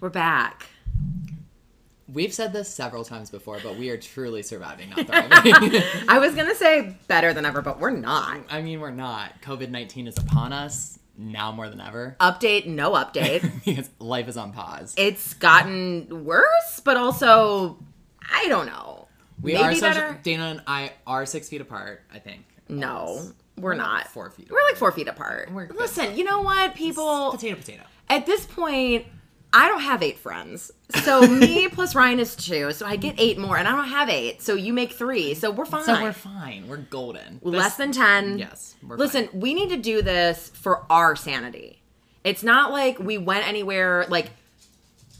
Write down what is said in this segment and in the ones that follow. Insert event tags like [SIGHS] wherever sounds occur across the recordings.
We're back. We've said this several times before, but we are truly surviving, not thriving. [LAUGHS] I was gonna say better than ever, but we're not. I mean, we're not. COVID 19 is upon us now more than ever [LAUGHS] Update, no update. because life is on pause. it's gotten worse, but also I don't know. We Maybe are social- better. Dana and I are six feet apart, I think. No, we're not. Four feet We're like four feet apart. We're good. Listen, you know what, people? Potato, potato. At this point, I don't have eight friends. So [LAUGHS] me plus Ryan is two. So I get eight more, and I don't have eight. So you make three. So we're fine. So we're fine. We're golden. Less This- than ten. Yes. We're Listen, we need to do this for our sanity. It's not like we went anywhere like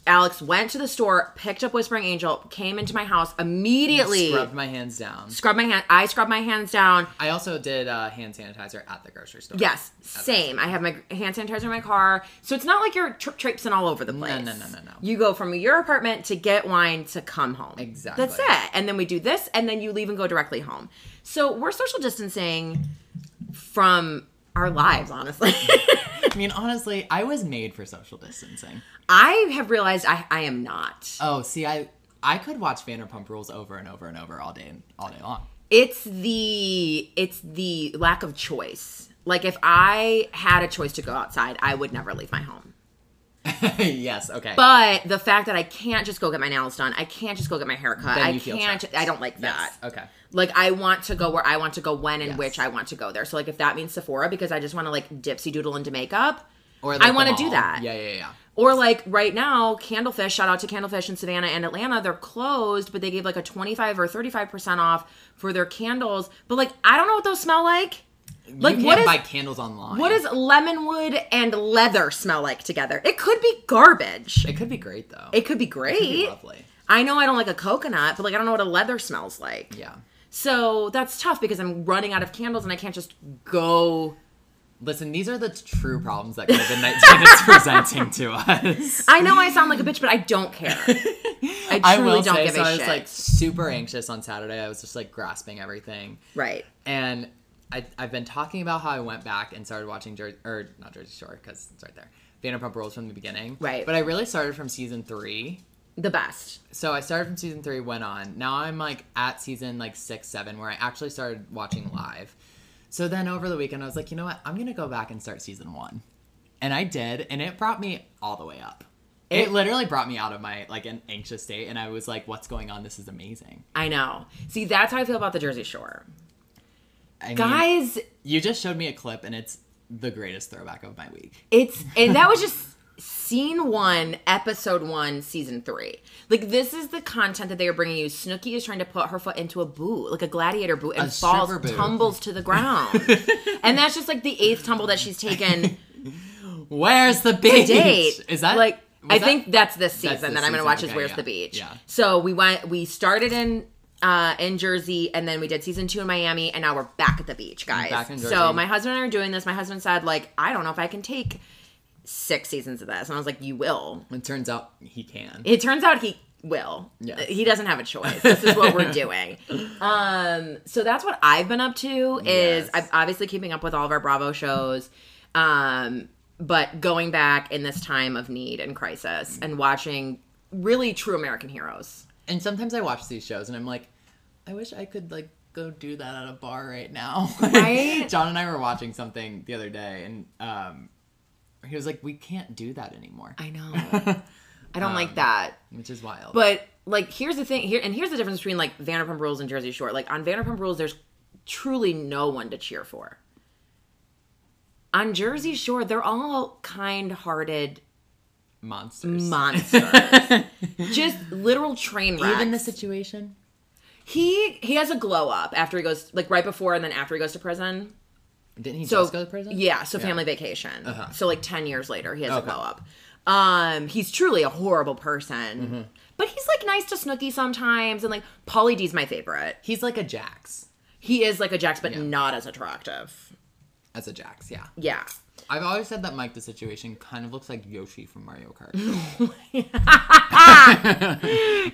Alex went to the store, picked up Whispering Angel, came into my house fine. immediately. Scrubbed my hands down. Scrubbed my hand. I scrubbed my hands down. I also did uh, hand sanitizer at the grocery store. Yes, same. I have my hand sanitizer in my car, so it's not like you're tra- traipsing all over the place. no, no, no, no. You go from your apartment to get wine to come home. Exactly. That's it. And then we do this, and then you leave and go directly home. So we're social distancing from our lives, honestly. [LAUGHS] I mean, honestly, I was made for social distancing. I have realized I, I am not. Oh, see, I I could watch Vanderpump Rules over and over and over all day and all day long. [LAUGHS] It's the it's the lack of choice. Like if I had a choice to go outside, I would never leave my home. yes. Okay. But the fact that I can't just go get my nails done, I can't just go get my hair cut. Then I you feel can't. trapped. I don't like that. Yes, Okay. Like I want to go where I want to go, when and Yes. which I want to go there. So like if that means Sephora because I just want to like dipsy doodle into makeup, Or I the wanna do mall. that. Yeah, yeah, yeah. Or like right now, Candlefish, shout out to Candlefish in Savannah and Atlanta, they're closed, but they gave like a 25 or 35% off for their candles. But like I don't know what those smell like. Like you can't what is buy candles online. what does lemonwood and leather smell like together? It could be garbage. It could be great though. It could be could be great. lovely. I know I don't like a coconut, but like I don't know what a leather smells like. Yeah. So that's tough because I'm running out of candles and I can't just go Listen, these are the true problems that [LAUGHS] COVID nineteen is presenting to us. I know I sound like a bitch, but I don't care. [LAUGHS] I truly I will don't say, give so a I was shit. like super anxious on Saturday. I was just like grasping everything. right. And I, I've been talking about how I went back and started watching Jersey, or not Jersey Shore, because it's right there. Vanderpump Rules from the beginning. Right. But I really started from season three. The best. So I started from season three, went on. Now I'm like at season like six, seven, where I actually started watching live. So then over the weekend, I was like, you know what? I'm going to go back and start season one. And I did. And it brought me all the way up. It, It- literally brought me out of my like an anxious state. And I was like, what's going on? This is amazing. I know. See, that's how I feel about the Jersey Shore. I mean, Guys, you just showed me a clip and it's the greatest throwback of my week. it's and that was just scene 1, episode 1, season 3. Like this is the content that they are bringing you. Snooki is trying to put her foot into a boot, like a gladiator boot and A falls stripper boot. tumbles to the [LAUGHS] ground. and that's just like the eighth tumble that she's taken Where's the to beach? date. [LAUGHS] Is that like was I that- think that's this season this that I'm gonna season, watch is okay, Where's yeah, the Beach. yeah. So we went we started in uh in Jersey and then we did season two in Miami and now we're back at the beach, guys. Back in so Jersey. my husband and I are doing this. My husband said, like, I don't know if I can take six seasons of this. And I was like, You will. it turns out he can. It turns out he will. Yes. He doesn't have a choice. This is what we're [LAUGHS] doing. Um, so that's what I've been up to is Yes. I'm obviously keeping up with all of our Bravo shows. Um, but going back in this time of need and crisis and watching really true American heroes. And sometimes I watch these shows and I'm like, I wish I could like go do that at a bar right now. [LAUGHS] Like, Right? John and I were watching something the other day and um he was like, We can't do that anymore. I know. [LAUGHS] Um, I don't like that. Which is wild. But like, here's the thing here, and here's the difference between like Vanderpump Rules and Jersey Shore. Like on Vanderpump Rules, there's truly no one to cheer for. On Jersey Shore, they're all kind-hearted monsters. [LAUGHS] monsters, just literal train wrecks. Even the situation. he he has a glow up after he goes like right before and then after he goes to prison. Didn't he So just go to prison? Yeah, so family vacation. So like ten years later, he has Uh-huh. Okay. a glow up. Um, he's truly a horrible person, Mm-hmm. but he's like nice to Snooki sometimes, and like Pauly D's my favorite. He's like a Jax. He is like a Jax, but Yeah. not as attractive. As a Jax, yeah. Yeah. I've always said that Mike the Situation kind of looks like Yoshi from Mario [LAUGHS] Kart.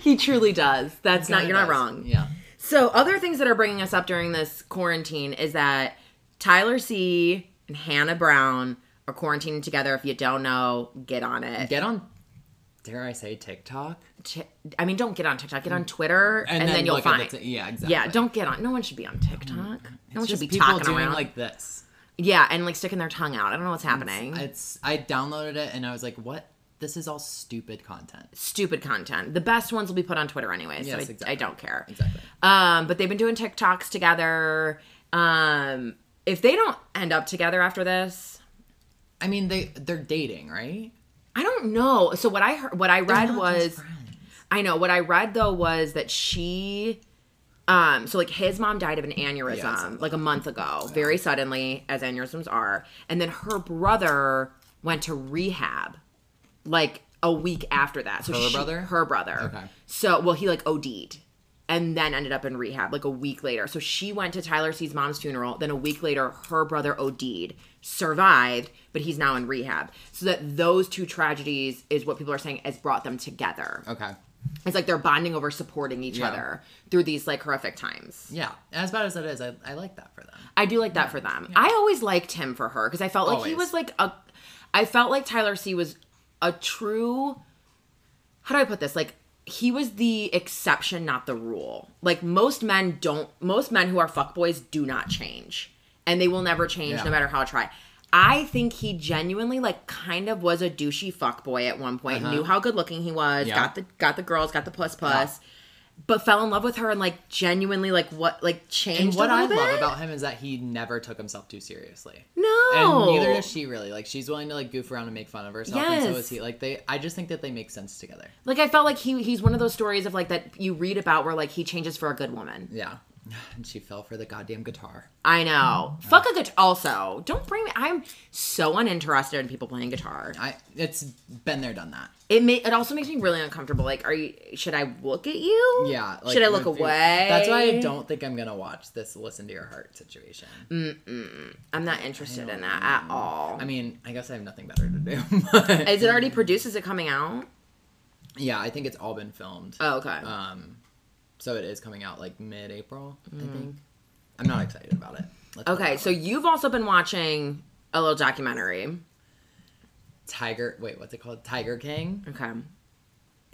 He truly does. That's not, Kinda you're not does. wrong. Yeah. So, other things that are bringing us up during this quarantine is that Tyler C and Hannah Brown are quarantining together. If you don't know, get on it. Get on dare I say TikTok? Ti- I mean, don't get on TikTok. Get on Twitter, and, then, you'll Mm. look at the find. t- yeah, exactly. Mm-hmm. yeah, don't get on. No one should be on TikTok. no one It's should just be people talking doing around. like this. yeah, and like sticking their tongue out. I don't know what's happening. It's I downloaded it and I was like, what? This is all stupid content. Stupid content. The best ones will be put on Twitter anyway, so Yes, I, I exactly. don't care. Exactly. Um, but they've been doing TikToks together. Um, if they don't end up together after this, I mean, they they're dating, right? I don't know. So what I heard, what I read Not just was, friends. I know what I read though was that she, um, so like his mom died of an aneurysm Yeah, something like a month ago, very suddenly, as aneurysms are, and then her brother went to rehab, like a week after that. So Her she- brother? her brother. Okay. So well, he like OD'd. And then ended up in rehab like a week later. So she went to Tyler C's mom's funeral. Then a week later, her brother OD'd, survived, but he's now in rehab. So that those two tragedies is what people are saying has brought them together. Okay. It's like they're bonding over supporting each Yeah. other through these like horrific times. Yeah. As bad as that is, I, I like that for them. I do like that for them. I always liked him for her because I felt like he Always. was like a. I felt like Tyler C was a true. How do I put this? Like he was the exception, not the rule. Like most men don't. Most men who are fuckboys do not change, and they will never change, Yeah. no matter how I try. I think he genuinely like kind of was a douchey fuckboy at one point. Knew how good looking he was. Uh-huh. Yeah. Got the got the girls. Got the puss puss. But fell in love with her and like genuinely like what like changed. And what a I little love bit. about him is that he never took himself too seriously. No. And neither does she really. Like she's willing to like goof around and make fun of herself, and Yes. so is he. Like they, I just think that they make sense together. Like I felt like he he's one of those stories of like that you read about where like he changes for a good woman. Yeah. [SIGHS] And she fell for the goddamn guitar. I know. Mm-hmm. Fuck a guitar. Also, don't bring me. I'm so uninterested in people playing guitar. I it's been there, done that. It ma- it also makes me really uncomfortable. Like, are you? Should I look at you? Yeah. should I it look would be- away? That's why I don't think I'm gonna watch this listen to your heart situation. I'm not interested in that at all. Mm. I mean, I guess I have nothing better to do. [LAUGHS] but- Is it already produced? Is it coming out? yeah, I think it's all been filmed. Oh, okay. Um, so it is coming out like mid-April, I think. I'm not excited about it. Let's put it Mm. okay. that So way. you've also been watching a little documentary. Tiger, wait, what's it called? Tiger King. Okay.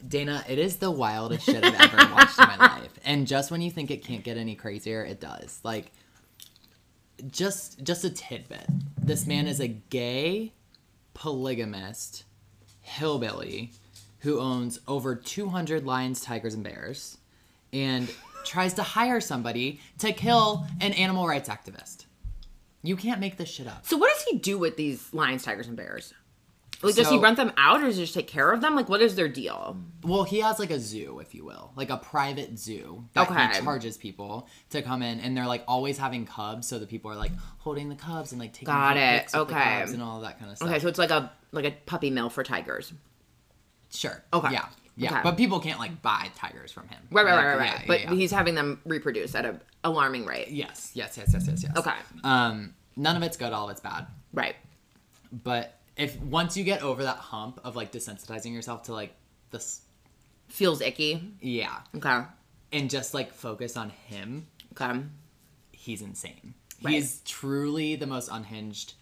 Dana, it is the wildest shit I've ever watched in my life. And just when you think it can't get any crazier, it does. Like just just a tidbit. This man is a gay polygamist hillbilly who owns over 200 lions, tigers and bears and tries to hire somebody to kill an animal rights activist. You can't make this shit up. So what does he do with these lions, tigers, and bears? Like, does he So- Mm, rent them out, or does he just take care of them? Like, what is their deal? Well, he has like a zoo, if you will, like a private zoo that Okay. he charges people to come in, and they're like always having cubs, so the people are like holding the cubs and like taking Got photo it. pics with the Okay. cubs and all that kind of stuff. Okay, so it's like a like a puppy mill for tigers. sure, Okay. yeah, yeah, Okay. but people can't like buy tigers from him, Right, right, Like, right, right, right. yeah, yeah, but yeah. he's having them reproduce at an alarming rate. yes, yes, yes, yes, yes, yes. Okay. um, none of it's good, all of it's bad. Right. But if once you get over that hump of like desensitizing yourself to like this, Feels icky. yeah, Okay. and just like focus on him, Okay. he's insane. Right. He is truly the most unhinged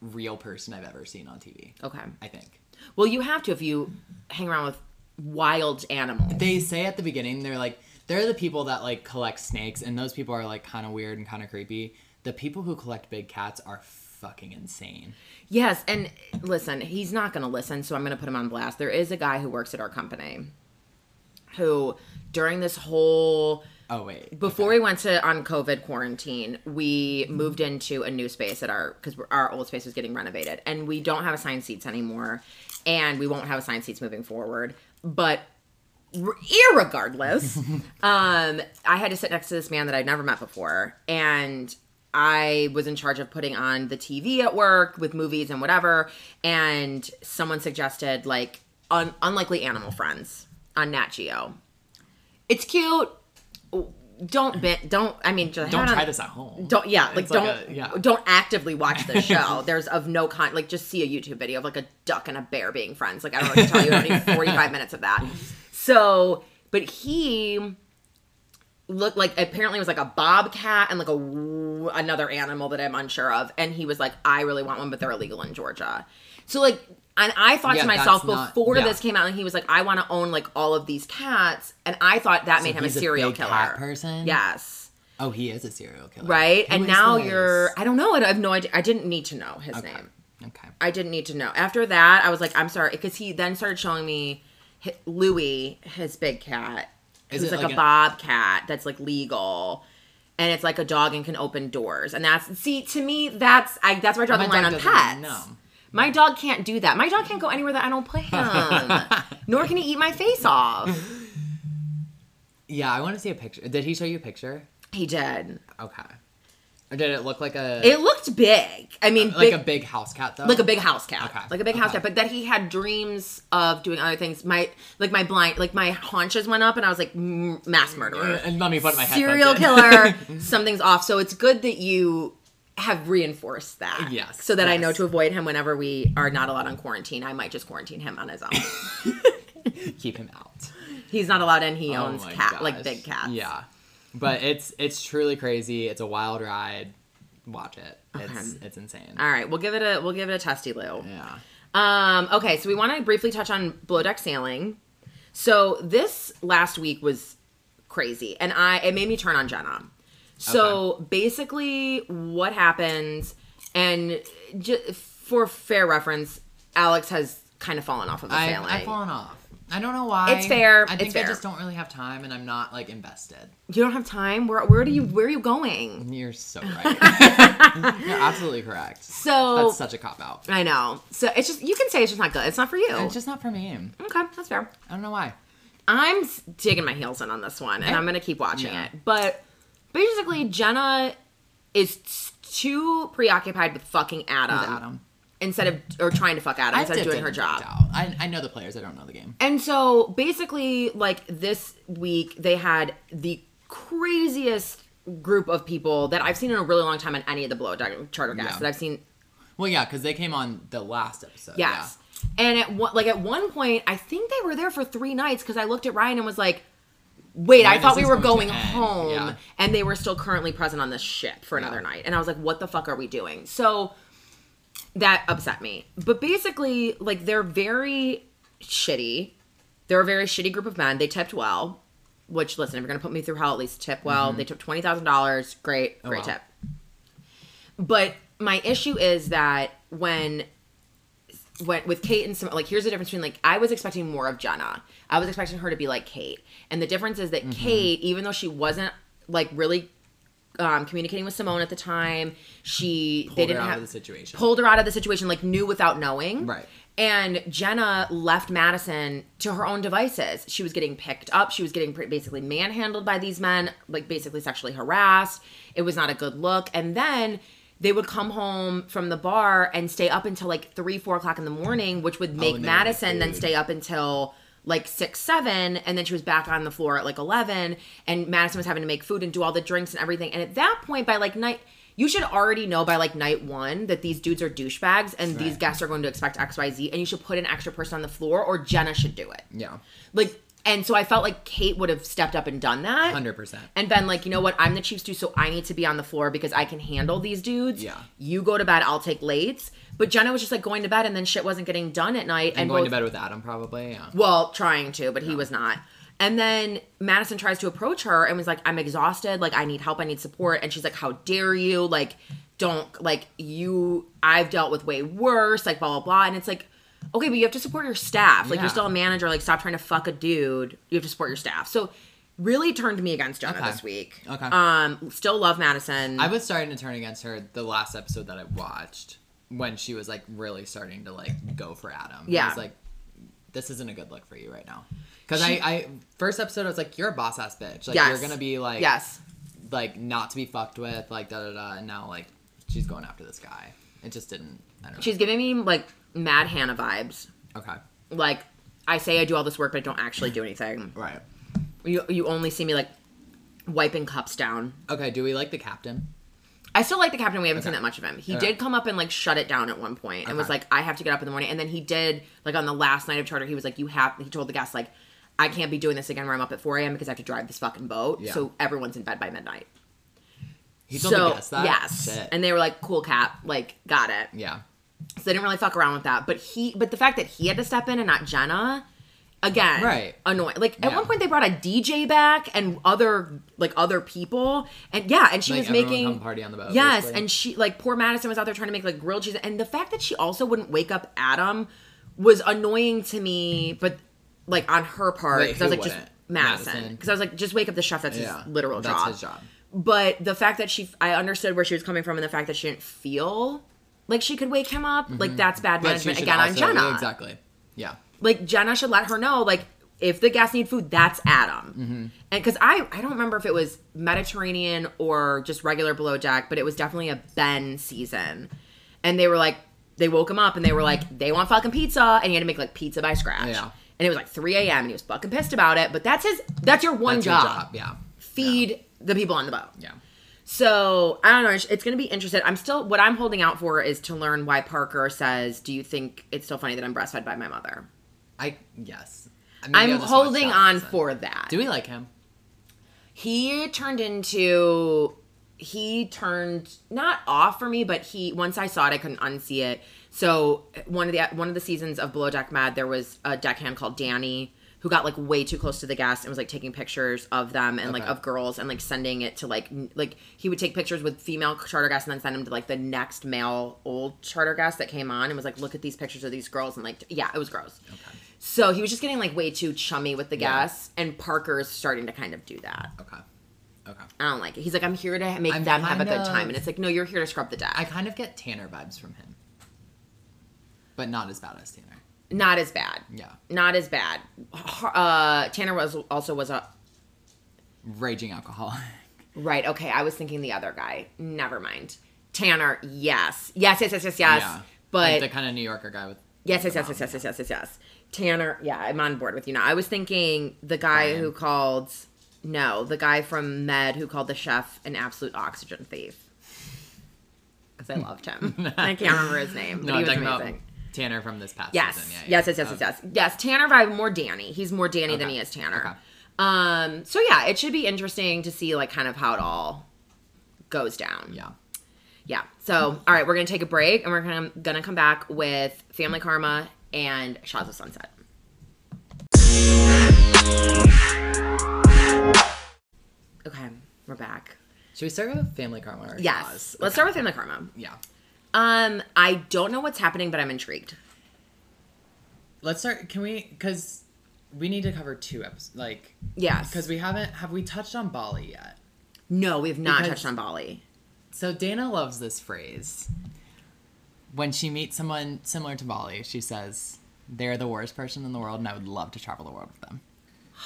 real person I've ever seen on TV. Okay. I think. Well, you have to if you hang around with wild animals. They say at the beginning they're like they're the people that like collect snakes and those people are like kind of weird and kind of creepy. The people who collect big cats are fucking insane. Yes, and listen, he's not going to listen, so I'm going to put him on blast. There is a guy who works at our company who during this whole Oh wait. Before we went to on COVID quarantine, we moved into a new space at our because our old space was getting renovated, and we don't have assigned seats anymore, and we won't have assigned seats moving forward. But r- irregardless, um, I had to sit next to this man that I'd never met before, and I was in charge of putting on the TV at work with movies and whatever. And someone suggested like un- unlikely animal friends on Nat Geo. It's cute. Don't bin- don't. I mean, just have don't it on- try this at home. Don't yeah, like It's don't like a- yeah. don't actively watch the show. [LAUGHS] There's of no kind. Like just see a YouTube video of like a duck and a bear being friends. Like I don't know what to tell you. I don't [LAUGHS] need 45 minutes of that. So, but he looked like apparently it was like a bobcat and like a w- another animal that I'm unsure of. And he was like, I really want one, but they're illegal in Georgia. So like And I thought Yeah, to that's myself not- before yeah. this came out, and he was like, "I want to own like all of these cats," and I thought that made him a he's a serial big killer cat person? Yes, Oh, he is a serial killer. right. Who and is now this? you're—I don't know. I have no idea. I didn't need to know his Okay. name. Okay. I didn't need to know. After that, I was like, "I'm sorry," because he then started showing me hi- Louis, his big cat, Is who's it like, like a an- bobcat that's like legal. And it's like a dog and can open doors, and that's see to me that's I that's where I draw My the line dog on doesn't even pets. know. My dog can't do that. My dog can't go anywhere that I don't play [LAUGHS] him. Nor can he eat my face off. Yeah, I want to see a picture. Did he show you a picture? He did. Okay. Or did it look like a It looked big. I mean, like big, a big house cat though? like a big house cat, Okay. like a big house Okay. cat. But that he had dreams of doing other things. My like my blind, like my haunches went up, and I was like, "M- mass murderer, And let me put my serial headphones in. [LAUGHS] killer. Something's off. So it's good that you have reinforced that. Yes, So that I yes. know to avoid him whenever we are not allowed on quarantine. I might just quarantine him on his [LAUGHS] own. Keep him out. He's not allowed in. He Oh owns my cat, like gosh. big cats. Yeah. But it's it's truly crazy. It's a wild ride. Watch it. It's it's insane. All right, we'll give it a we'll give it a testy Lou. Yeah. Um, okay, so we want to briefly touch on below deck sailing. So this last week was crazy, and I it made me turn on Jenna. So basically, what happens, and ju- for fair reference, Alex has kind of fallen off of the I, sailing. I've fallen off. I don't know why. It's fair. I think It's fair. I just don't really have time, and I'm not like invested. you don't have time. Where where do you where are you going? [LAUGHS] You're so right. You're absolutely correct. So That's such a cop out. I know. So it's just you can say it's just not good. It's not for you. It's just not for me. okay, that's fair. I don't know why. I'm s- digging my heels in on this one, and I'm gonna keep watching Yeah. it. But basically, Jenna is s- too preoccupied with fucking Adam, With Adam. instead of or trying to fuck Adam instead of dipped doing in her and job. dipped out. I, I know the players. I don't know the game. And so basically, like this week, they had the craziest group of people that I've seen in a really long time on any of the below deck charter guests Yeah. that I've seen Well, yeah, because they came on the last episode. Yes. And at one, like at one point, I think they were there for three nights because I looked at Ryan and was like, "Wait, I When thought is we this were going going to end? home," Yeah. and they were still currently present on this ship for another Yeah. night. And I was like, "What the fuck are we doing?" So that upset me. But basically, like they're very shitty. They're a very shitty group of men. They tipped well, which listen, if you're gonna put me through hell, at least tip well. They took twenty thousand dollars. Great, great Mm-hmm. Oh, wow. tip. But my issue is that when when with Kate and some like here's the difference between like I was expecting more of Jenna. I was expecting her to be like Kate. And the difference is that Mm-hmm. Kate, even though she wasn't like really um, communicating with Simone at the time, she they her didn't out have of the situation. Pulled her out of the situation, like knew without knowing. Right. And Jenna left Madison to her own devices. She was getting picked up. She was getting pre- basically manhandled by these men, like basically sexually harassed. It was not a good look. And then they would come home from the bar and stay up until like three, four o'clock in the morning, which would make Oh, and they wanted Madison then food. stay up until like six, seven. And then she was back on the floor at like 11. And Madison was having to make food and do all the drinks and everything. And at that point, by like night, you should already know by like night one that these dudes are douchebags and these Right. guests are going to expect XYZ. And you should put an extra person on the floor or Jenna should do it. Yeah. Like, and so I felt like Kate would have stepped up and done that Hundred percent. and been like, you know what, I'm the Chiefs too, so I need to be on the floor because I can handle these dudes. Yeah. You go to bed, I'll take lates. But Jenna was just like going to bed and then shit wasn't getting done at night. And, And going both- to bed with Adam probably. Yeah. Well, trying to, but he was not. And then Madison tries to approach her and was like, I'm exhausted. Like, I need help. I need support. And she's like, How dare you? Like, don't, like, you, I've dealt with way worse, like, blah, blah, blah. And it's like, okay, but you have to support your staff. Like, Yeah. you're still a manager. Like, stop trying to fuck a dude. You have to support your staff. So, really turned me against Jenna Okay. this week. Okay. Um, still love Madison. I was starting to turn against her the last episode that I watched when she was like really starting to like go for Adam. I Yeah. was like, this isn't a good look for you right now. Because I, I first episode I was like, you're a boss ass bitch. Like Yes. you're gonna be like yes. like not to be fucked with, like da da da and now like she's going after this guy. It just didn't I don't know. She's giving me, like, Mad Hannah vibes. okay. Like, I say I do all this work, but I don't actually do anything. Right. You you only see me like wiping cups down. Okay, do we like the captain? I still like the captain. We haven't seen Okay. that much of him. He Okay. did come up and like shut it down at one point and was Okay. like, "I have to get up in the morning." And then he did like on the last night of charter, he was like, "You have." He told the guests like, "I can't be doing this again where I'm up at 4 a.m. because I have to drive this fucking boat, Yeah. so everyone's in bed by midnight." He told so the guest that? yes, Shit. and they were like, "Cool, cap, like got it." yeah. So they didn't really fuck around with that. But he, but the fact that he had to step in and not Jenna, again, Right. Annoying. Like at Yeah. one point they brought a DJ back and other like other people, and yeah, and she Like, was everyone making come party on the boat, Yes, basically. and she like poor Madison was out there trying to make like grilled cheese, and the fact that she also wouldn't wake up Adam was annoying to me. But like on her part, Wait, 'cause I was who like just wouldn't? Madison, Madison. because I was like just wake up the chef. That's Yeah, his literal that's job his job. but the fact that she i understood where she was coming from and the fact that she didn't feel like she could wake him up like that's bad Mm-hmm. But she management should again on also- jenna yeah, Exactly. Yeah. like jenna should let her know like if the guests need food that's adam Mm-hmm. and because i i don't remember if it was mediterranean or just regular below deck but it was definitely a ben season and they were like they woke him up and they were like they want fucking pizza and he had to make like pizza by scratch Yeah. and it was like 3 a.m and he was fucking pissed about it but that's his that's your one That's your job. job. Yeah. feed the people on the boat Yeah. so I don't know. It's, it's going to be interesting. I'm still what I'm holding out for is to learn why Parker says, "Do you think it's still funny that I'm breastfed by my mother?" I yes. I mean, I'm holding on for that. Do we like him? he turned into he turned not off for me, but he once I saw it, I couldn't unsee it. So one of the one of the seasons of Below Deck Mad, there was a deckhand called Danny who got like way too close to the guests and was like taking pictures of them and like Okay. of girls and like sending it to like n- like he would take pictures with female charter guests and then send them to like the next male old charter guest that came on and was like look at these pictures of these girls and like t- yeah it was gross. So he was just getting like way too chummy with the Yeah. guests and Parker's starting to kind of do that. Okay. Okay. I don't like it. He's like, I'm here to make I'm them have a kind good of- time, and it's like, no, you're here to scrub the deck. I kind of get Tanner vibes from him, but not as bad as Tanner. Not as bad. Yeah. Not as bad. Har- Uh, Tanner was also was a Raging [LAUGHS] alcoholic. right. Okay, I was thinking the other guy. Never mind. Tanner. Yes. Yes. Yes. Yes. Yes. Yes. yeah. But like the kind of New Yorker guy with. yes. Yes. Yes. Yes. Yes. Yes. Yes. Yes. Yes. Tanner. Yeah, I'm on board with you now. I was thinking the guy Brian. who called. No, the guy from Med who called the chef an absolute oxygen thief. Because I loved him. [LAUGHS] I can't remember his name. But No, he I'm was talking amazing. about Tanner from this past Yes. season. Yeah, yeah. yes, yes, yes, yes, Okay. yes, yes. Tanner vibe more Danny. He's more Danny than Okay. he is Tanner. Okay. Um. So yeah, it should be interesting to see like kind of how it all goes down. Yeah. Yeah. So all right, we're gonna take a break and we're gonna gonna come back with Family Karma and Shadows of Sunset. Okay, we're back. Should we start with Family Karma? Or Yes. Jaws? Let's start with Family Karma. Yeah. Um, I don't know what's happening, but I'm intrigued. Let's start. Can we? Because we need to cover two episodes. Like, Yes. because we haven't. Have we touched on Bali yet? no, we have not Because- touched on Bali. So Dana loves this phrase. When she meets someone similar to Bali, she says, "They're the worst person in the world, and I would love to travel the world with them."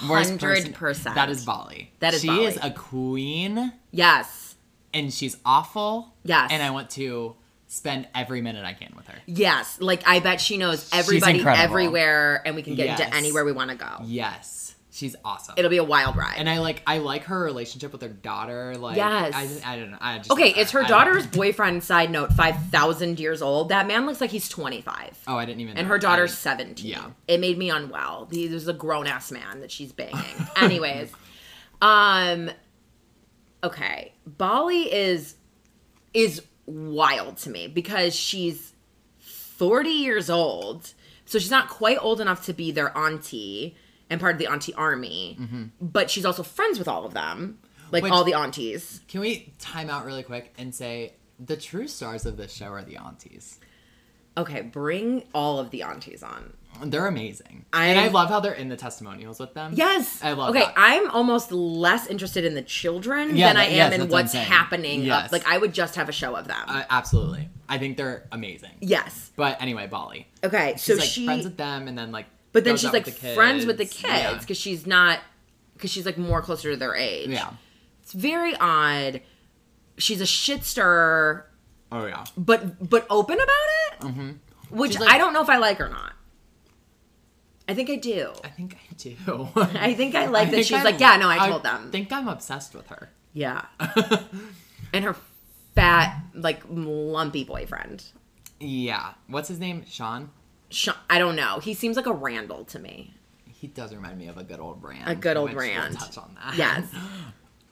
Worst person- 100%. That is Bali. That is She Bali. is a queen, Yes. and she's awful. Yes. And I want to spend every minute I can with her. Yes, like I bet she knows everybody incredible. everywhere, and we can get Yes. into anywhere we want to go. Yes, she's awesome. It'll be a wild ride. and I like I like her relationship with her daughter. Like, Yes. I, I don't know. I just okay, like it's her I- daughter's boyfriend. Side note: five thousand years old. That man looks like he's twenty five, Oh, I didn't even. and know. her daughter's I- seventeen. yeah. It made me unwell. He this is a grown ass man that she's [LAUGHS] banging. Anyways, um, okay, Bali is is wild to me because she's 40 years old. So she's not quite old enough to be their auntie and part of the auntie army, but she's also friends with all of them, like Mm-hmm. Which- all the aunties. Can we time out really quick and say the true stars of this show are the aunties? Okay, bring all of the aunties on. They're amazing. I- and I love how they're in the testimonials with them. Yes. I love Okay, that. I'm almost less interested in the children Yeah, than I that- am yes, in that's what I'm what's saying. happening. up- Yes. like, I would just have a show of them. Uh, absolutely. I think they're amazing. yes. But anyway, Bali. Okay, She's so like she. friends with them and then like But then goes she's out like the friends with the kids. Yeah. kids because she's not because she's like more closer to their age. Yeah. It's very odd. She's a shit stirrer, Oh yeah. but but open about it, mm-hmm. which She's like- I don't know if I like or not. I think I do. I think I do. [LAUGHS] I think I like that think she's I'm- like, yeah, no, I told them. I think I'm obsessed with her. Yeah. [LAUGHS] and her fat, like lumpy boyfriend. Yeah. What's his name? Sean? Sh- I don't know. He seems like a Randall to me. He does remind me of a good old brand. A good old which we'll Rand. touch on that. Yes. [LAUGHS]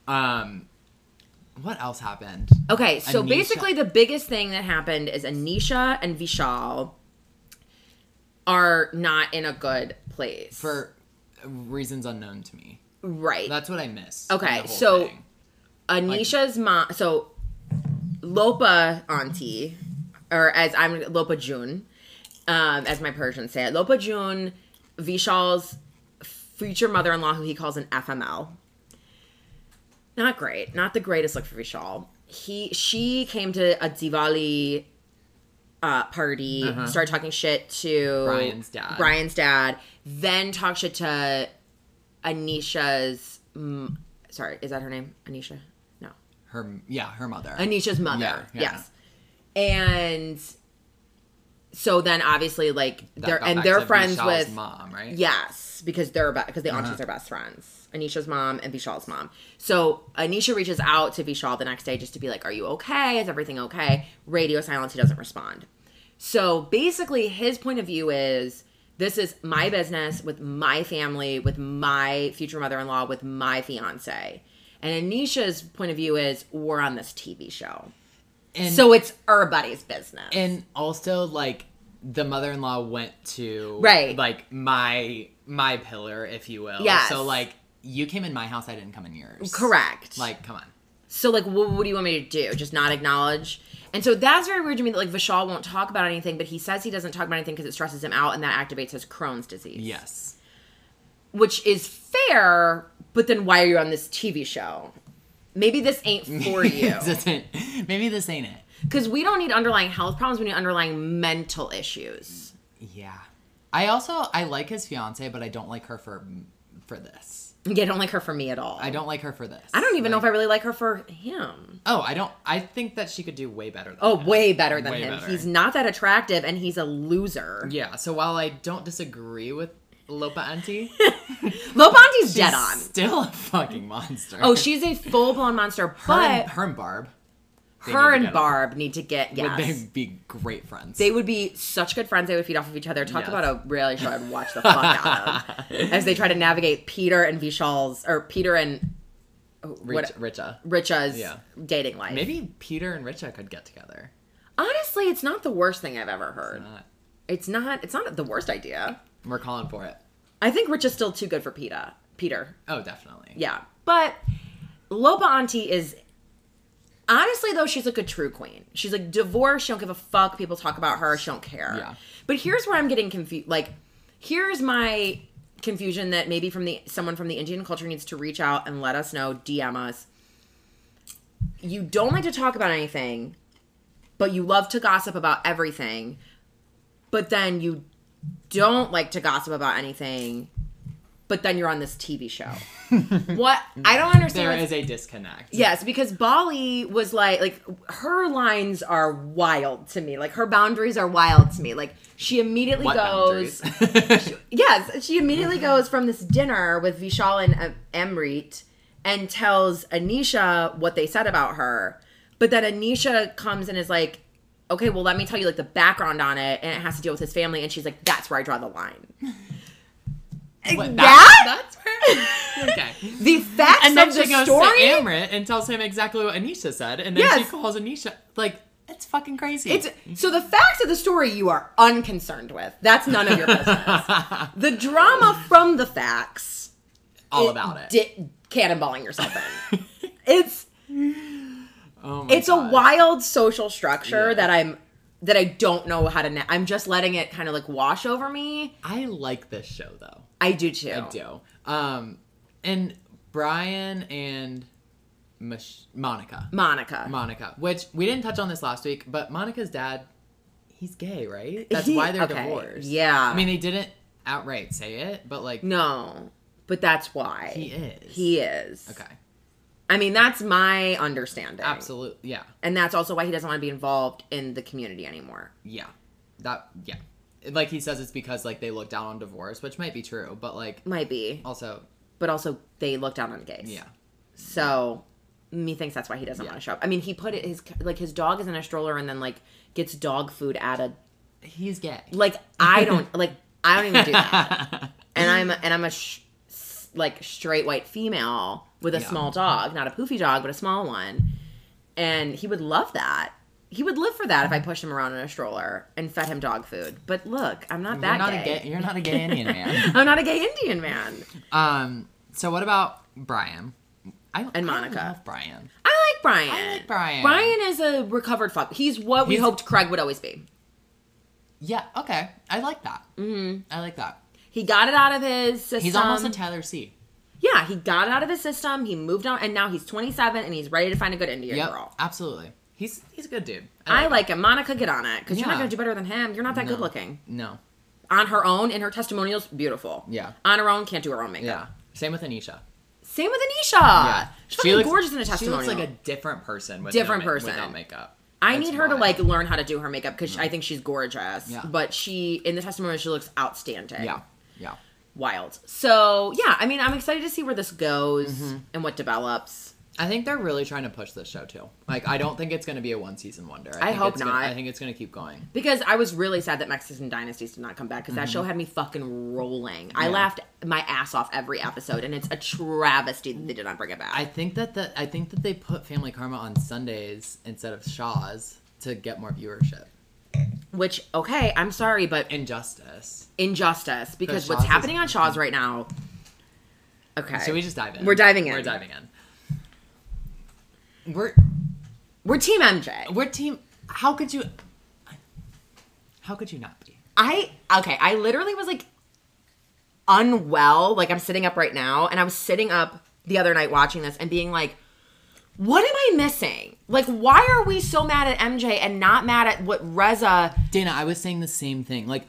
Um What else happened? Okay, so Anisha- basically the biggest thing that happened is Anisha and Vishal are not in a good place. For reasons unknown to me. right. That's what I missed. Okay, in the whole so- thing. Anisha's mom. So Lopa auntie, or as I'm Lopa June, um, as my Persians say it, Lopa June, Vishal's future mother-in-law, who he calls an FML. Not great. Not the greatest look for Vishal. He she came to a Diwali uh, party, started talking shit to Uh-huh. Brian's dad. Brian's dad, then talked shit to Anisha's. m sorry, is that her name? Anisha? No, her yeah, her mother. Anisha's mother. Yeah, yeah. Yes, and so then obviously like That they're got and back they're to friends Vishal's with mom, right? Yes, because they're about because the Uh-huh. aunties are best friends. Anisha's mom and Vishal's mom. So Anisha reaches out to Vishal the next day just to be like, "Are you okay? Is everything okay?" Radio silence. He doesn't respond. So basically, his point of view is this is my business with my family, with my future mother-in-law, with my fiance. And Anisha's point of view is we're on this TV show, And, so it's everybody's business. and also like the mother-in-law went to Right. like my my pillar, if you will. Yes. So like you came in my house, I didn't come in yours. Correct. Like, come on. So like, what, what do you want me to do? Just not acknowledge? And so that's very weird to me that like Vishal won't talk about anything, but he says he doesn't talk about anything because it stresses him out, and that activates his Crohn's disease. Yes. which is fair. But then why are you on this TV show? Maybe this ain't [LAUGHS] for you This isn't- Maybe this ain't it. because we don't need underlying health problems. We need underlying mental issues. Yeah. I also I like his fiance, but I don't like her for for this. Yeah, I don't like her for me at all. I don't like her for this. I don't even know if I really like her for him. Oh, I don't. I think that she could do way better. Than Oh, that. way better than Way him. better. He's not that attractive, and he's a loser. Yeah. So while I don't disagree with Lopa [LAUGHS] Auntie, Lopanti's she's dead on. still a fucking monster. Oh, she's a full blown monster, her, and, but her and Barb. they need her to and get Barb need to get yes. along. Would They, they be great friends? would be such good friends. They would feed off of each other. Talk Yes. about a reality show I'd [LAUGHS] watch the fuck out of as they try to navigate Peter and Vishal's or Peter and oh, Rich, what Richa. Richa's Yeah. dating life. Maybe Peter and Richa could get together. Honestly, it's not the worst thing I've ever heard. Not- It's not. It's not the worst idea. We're calling for it. I think Rich is still too good for Peter. Peter. Oh, definitely. Yeah. But Lopa Auntie is honestly though, she's like a true queen. She's like divorced, she don't give a fuck. People talk about her, she don't care. Yeah. But here's where I'm getting confused like here's my confusion that maybe from the someone from the Indian culture needs to reach out and let us know, DM us. You don't like to talk about anything, but you love to gossip about everything, but then you don't like to gossip about anything, but then you're on this TV [LAUGHS] show. what I don't understand. There what's- is a disconnect. Yes, because Bali was like like her lines are wild to me. Like her boundaries are wild to me. Like she immediately What goes boundaries? [LAUGHS] Yes, she Mm-hmm. immediately goes from this dinner with Vishal and uh, Amrit and tells Anisha what they said about her. But then Anisha comes and is like, "Okay, well let me tell you like the background on it and it has to deal with his family." And she's like, "That's where I draw the line." What, that? That's where. Okay. [LAUGHS] The facts And then of she the goes story to Amrit and tells him exactly what Anisha said, and then Yes. she calls Anisha like it's fucking crazy. It's so the facts of the story you are unconcerned with. That's none of your business. [LAUGHS] the drama from the facts. all about it. Di- cannonballing yourself in. [LAUGHS] it's Oh my it's a God. wild social structure Yeah. that I'm that I don't know how to. Na- I'm just letting it kind of like wash over me. I like this show though. I do too. I do. Um, and Brian and Mich- Monica, Monica. Monica, which we didn't touch on this last week, but Monica's dad, he's gay, right? That's He- why they're okay, divorced. yeah. I mean, they didn't outright say it, but like, no, but that's why he is. He is. okay. I mean, that's my understanding. Absolutely. Yeah. And that's also why he doesn't want to be involved in the community anymore. Yeah. That yeah. Like he says it's because like they look down on divorce, which might be true, but like Might be. also but also they look down on gays. Oh. yeah. So methinks that's why he doesn't Yeah. want to show up. I mean, he put it, his like his dog is in a stroller and then like gets dog food added. He's gay. Like I [LAUGHS] don't like I don't even do that. and I'm and I'm a sh- s- like straight white female with a Yeah. small dog, not a poofy dog, but a small one. And he would love that. He would live for that if I pushed him around in a stroller and fed him dog food. But look, I'm not You're that not [LAUGHS] gay. a gay. You're not a gay Indian man. I'm not a gay Indian man. Um. So what about Brian? I And I Monica. love Brian. I like Brian. I like Brian. Brian is a recovered fuck. He's what we He's- hoped Craig would always be. Yeah. Okay. I like that. Mm-hmm. I like that. He got it out of his system. He's almost a Tyler C. yeah. He got it out of his system. He moved on, and now he's 27, and he's ready to find a good Indian Yep. girl. Absolutely. He's he's a good dude. I like him. Monica, get on it, because you're not Yeah. gonna do better than him. You're not that No. good looking. No. On her own, in her testimonials, beautiful. Yeah. On her own, can't do her own makeup. Yeah. Same with Anisha. Same with Anisha. Uh, Yeah. She's fucking gorgeous in a testimonial. She looks like a different person. With Different no ma- person. without makeup. I That's need her to wild. like learn how to do her makeup because I think she's gorgeous. Yeah. But she in the testimonial she looks outstanding. Yeah. Yeah. Wild. So yeah, I mean I'm excited to see where this goes Mm-hmm. and what develops. I think they're really trying to push this show too. Like, I don't think it's going to be a one season wonder. I, think hope it's gonna- not. I think it's going to keep going. Because I was really sad that Mexican Dynasties did not come back because that show had me fucking rolling. I Mm-hmm. Yeah. laughed my ass off every episode, and it's a travesty that they did not bring it back. I think that the I think that they put Family Karma on Sundays instead of Shaw's to get more viewership. Which okay, I'm sorry, but Injustice. injustice because Because what's Shaw's is- happening on Shaw's right now. Okay, So we just dive in. We're diving in. We're diving in. We're we're Team MJ. we're team. How could you? How could you not be? I okay, I literally was like unwell, like I'm sitting up right now, and I was sitting up the other night watching this and being like, what am I missing? Like, why are we so mad at MJ and not mad at what Reza? Dana, I was saying the same thing. Like,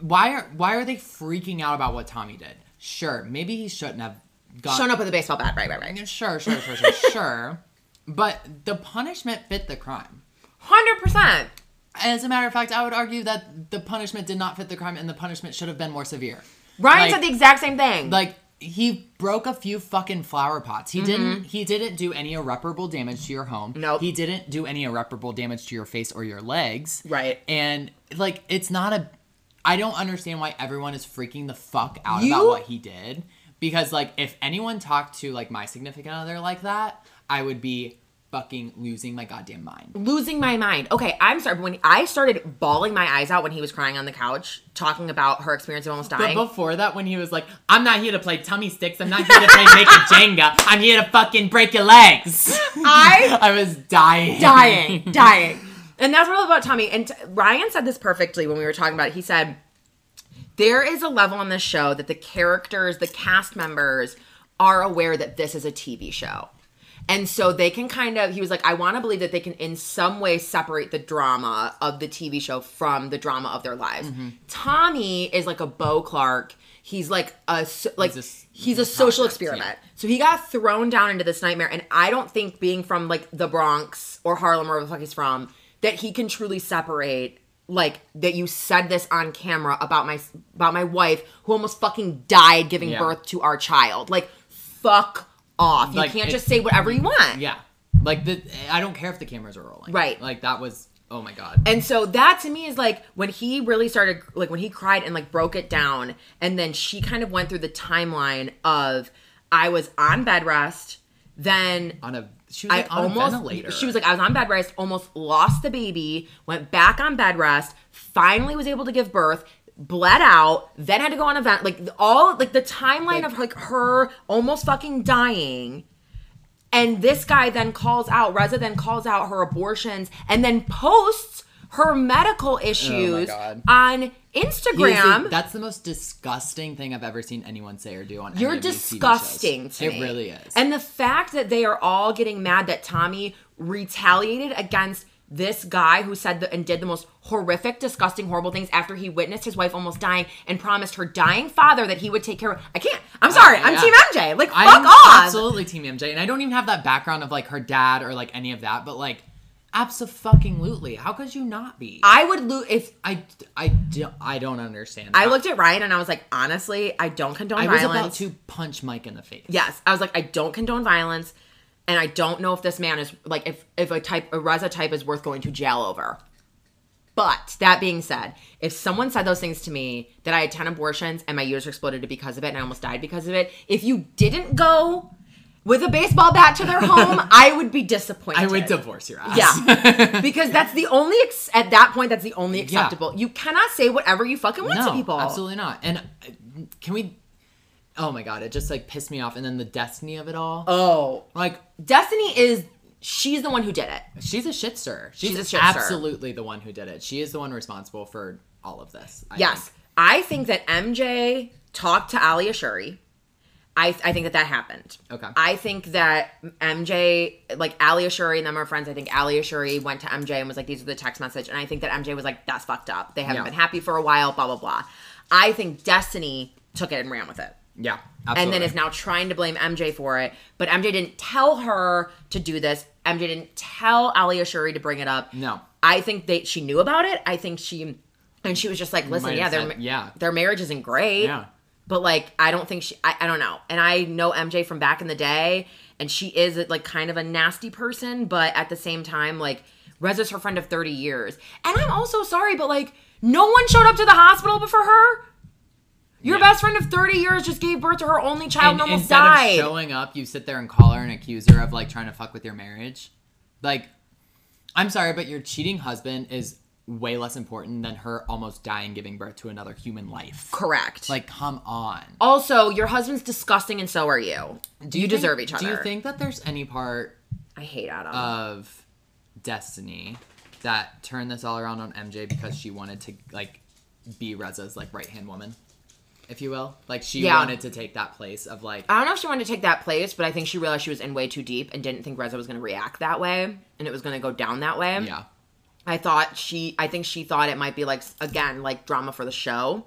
why are why are they freaking out about what Tommy did? Sure, maybe he shouldn't have gone. Shown up with a baseball bat, right, right, right. Sure, sure, sure, sure, sure. But the punishment fit the crime. Hundred percent. As a matter of fact, I would argue that the punishment did not fit the crime, and the punishment should have been more severe. Ryan Like- said the exact same thing. Like he broke a few fucking flower pots. He didn't. He didn't do any irreparable damage to your home. Mm-hmm. Nope. He didn't do any irreparable damage to your face or your legs. Right. And like, it's not a. I don't understand why everyone is freaking the fuck out You- about what he did. Because like, if anyone talked to like my significant other like that, I would be fucking losing my goddamn mind. losing my mind. Okay, I'm sorry. But when I started bawling my eyes out when he was crying on the couch, talking about her experience of almost But dying. before that, when he was like, "I'm not here to play tummy sticks. I'm not here to play [LAUGHS] make a Jenga. I'm here to fucking break your legs." I I was [LAUGHS] dying. dying, dying. And that's all about Tommy. And t- Ryan said this perfectly when we were talking about it. He said, There is a level on this show that the characters, the cast members are aware that this is a TV show. And so they can kind of, he was like, I want to believe that they can in some way separate the drama of the TV show from the drama of their lives. Tommy is like a Beau Clark. He's like a so- like a s- he's a social project, yeah. experiment. So he got thrown down into this nightmare, and I don't think being from like the Bronx or Harlem, wherever the fuck he's from, that he can truly separate like that you said this on camera about my about my wife who almost fucking died giving Yeah. birth to our child. Like, fuck off. You Like, can't it- just say whatever you want. [LAUGHS] Yeah. Like the I don't care if the cameras are rolling. Right. Like that was oh my god. And so that to me is like when he really started, like when he cried and like broke it down. And then she kind of went through the timeline of I was on bed rest, then on a she was I like, on a ventilator. almost she was like I was on bed rest, almost lost the baby, went back on bed rest, finally was able to give birth, bled out, then had to go on a vent. Like all like the timeline of like her almost fucking dying. And this guy then calls out, Reza then calls out her abortions and then posts her medical issues Oh God. on He is the- Instagram. that's the most disgusting thing I've ever seen anyone say or do on. any You're of these TV disgusting shows. to it me. really is. And the fact that they are all getting mad that Tommy retaliated against this guy who said the, and did the most horrific, disgusting, horrible things after he witnessed his wife almost dying and promised her dying father that he would take care of. I can't. I'm sorry. I'm yeah. Team MJ. Like, fuck I'm off. absolutely Team MJ, and I don't even have that background of like her dad or like any of that, but like, absolutely. How could you not be? I would lose if I I don't I don't understand. I that. looked at Ryan and I was like, honestly, I don't condone I was violence. about to punch Mike in the face. Yes, I was like, I don't condone violence, and I don't know if this man is like if if a type a Reza type is worth going to jail over. But that being said, if someone said those things to me that I had ten abortions and my uterus exploded because of it and I almost died because of it, if you didn't go with a baseball bat to their [LAUGHS] home, I would be disappointed. I would divorce your ass. [LAUGHS] Yeah. because that's the only ex- at that point that's the only Yeah. acceptable. You cannot say whatever you fucking want to people. Absolutely not. And uh, can we? Oh my god, it just like pissed me off. And then the destiny of it all. Oh, like Destiny is she's the one who did it. she's a shitster. She's, She's a shitster. absolutely the one who did it. She is the one responsible for all of this. I yes, think. I think that MJ talked to Ali Ashuri. I, I think that that happened. Okay. I think that MJ, like Ali Ashuri and them are friends. I think Ali Ashuri went to MJ and was like, these are the text message. And I think that MJ was like, that's fucked up. They haven't Yeah. been happy for a while, blah, blah, blah. I think Destiny took it and ran with it. Yeah. Absolutely. and then is now trying to blame MJ for it. But MJ didn't tell her to do this. MJ didn't tell Ali Ashuri to bring it up. No. I think they she knew about it. I think she and she was just like, listen, have yeah, their said- yeah. their marriage isn't great. Yeah. But like I don't think she I, I don't know. And I know MJ from back in the day and she is like kind of a nasty person, but at the same time like Rez is her friend of 30 years. And I'm also sorry, but like no one showed up to the hospital but for her. Your Yeah. best friend of 30 years just gave birth to her only child and, And almost instead died. of showing up, you sit there and call her and accuse her of like trying to fuck with your marriage. Like, I'm sorry, but your cheating husband is way less important than her almost dying giving birth to another human life. Correct. Like, come on. also, your husband's disgusting and so are you. Do you, think- deserve each other? Do you think uh, that there's any part I hate Adam. of Destiny that turned this all around on MJ because she wanted to like be Reza's like right hand woman, if you will? Like she Yeah. wanted to take that place of like I don't know if she wanted to take that place, but I think she realized she was in way too deep and didn't think Reza was going to react that way and it was going to go down that way. yeah. I thought she, I think she thought it might be like, again, like drama for the show.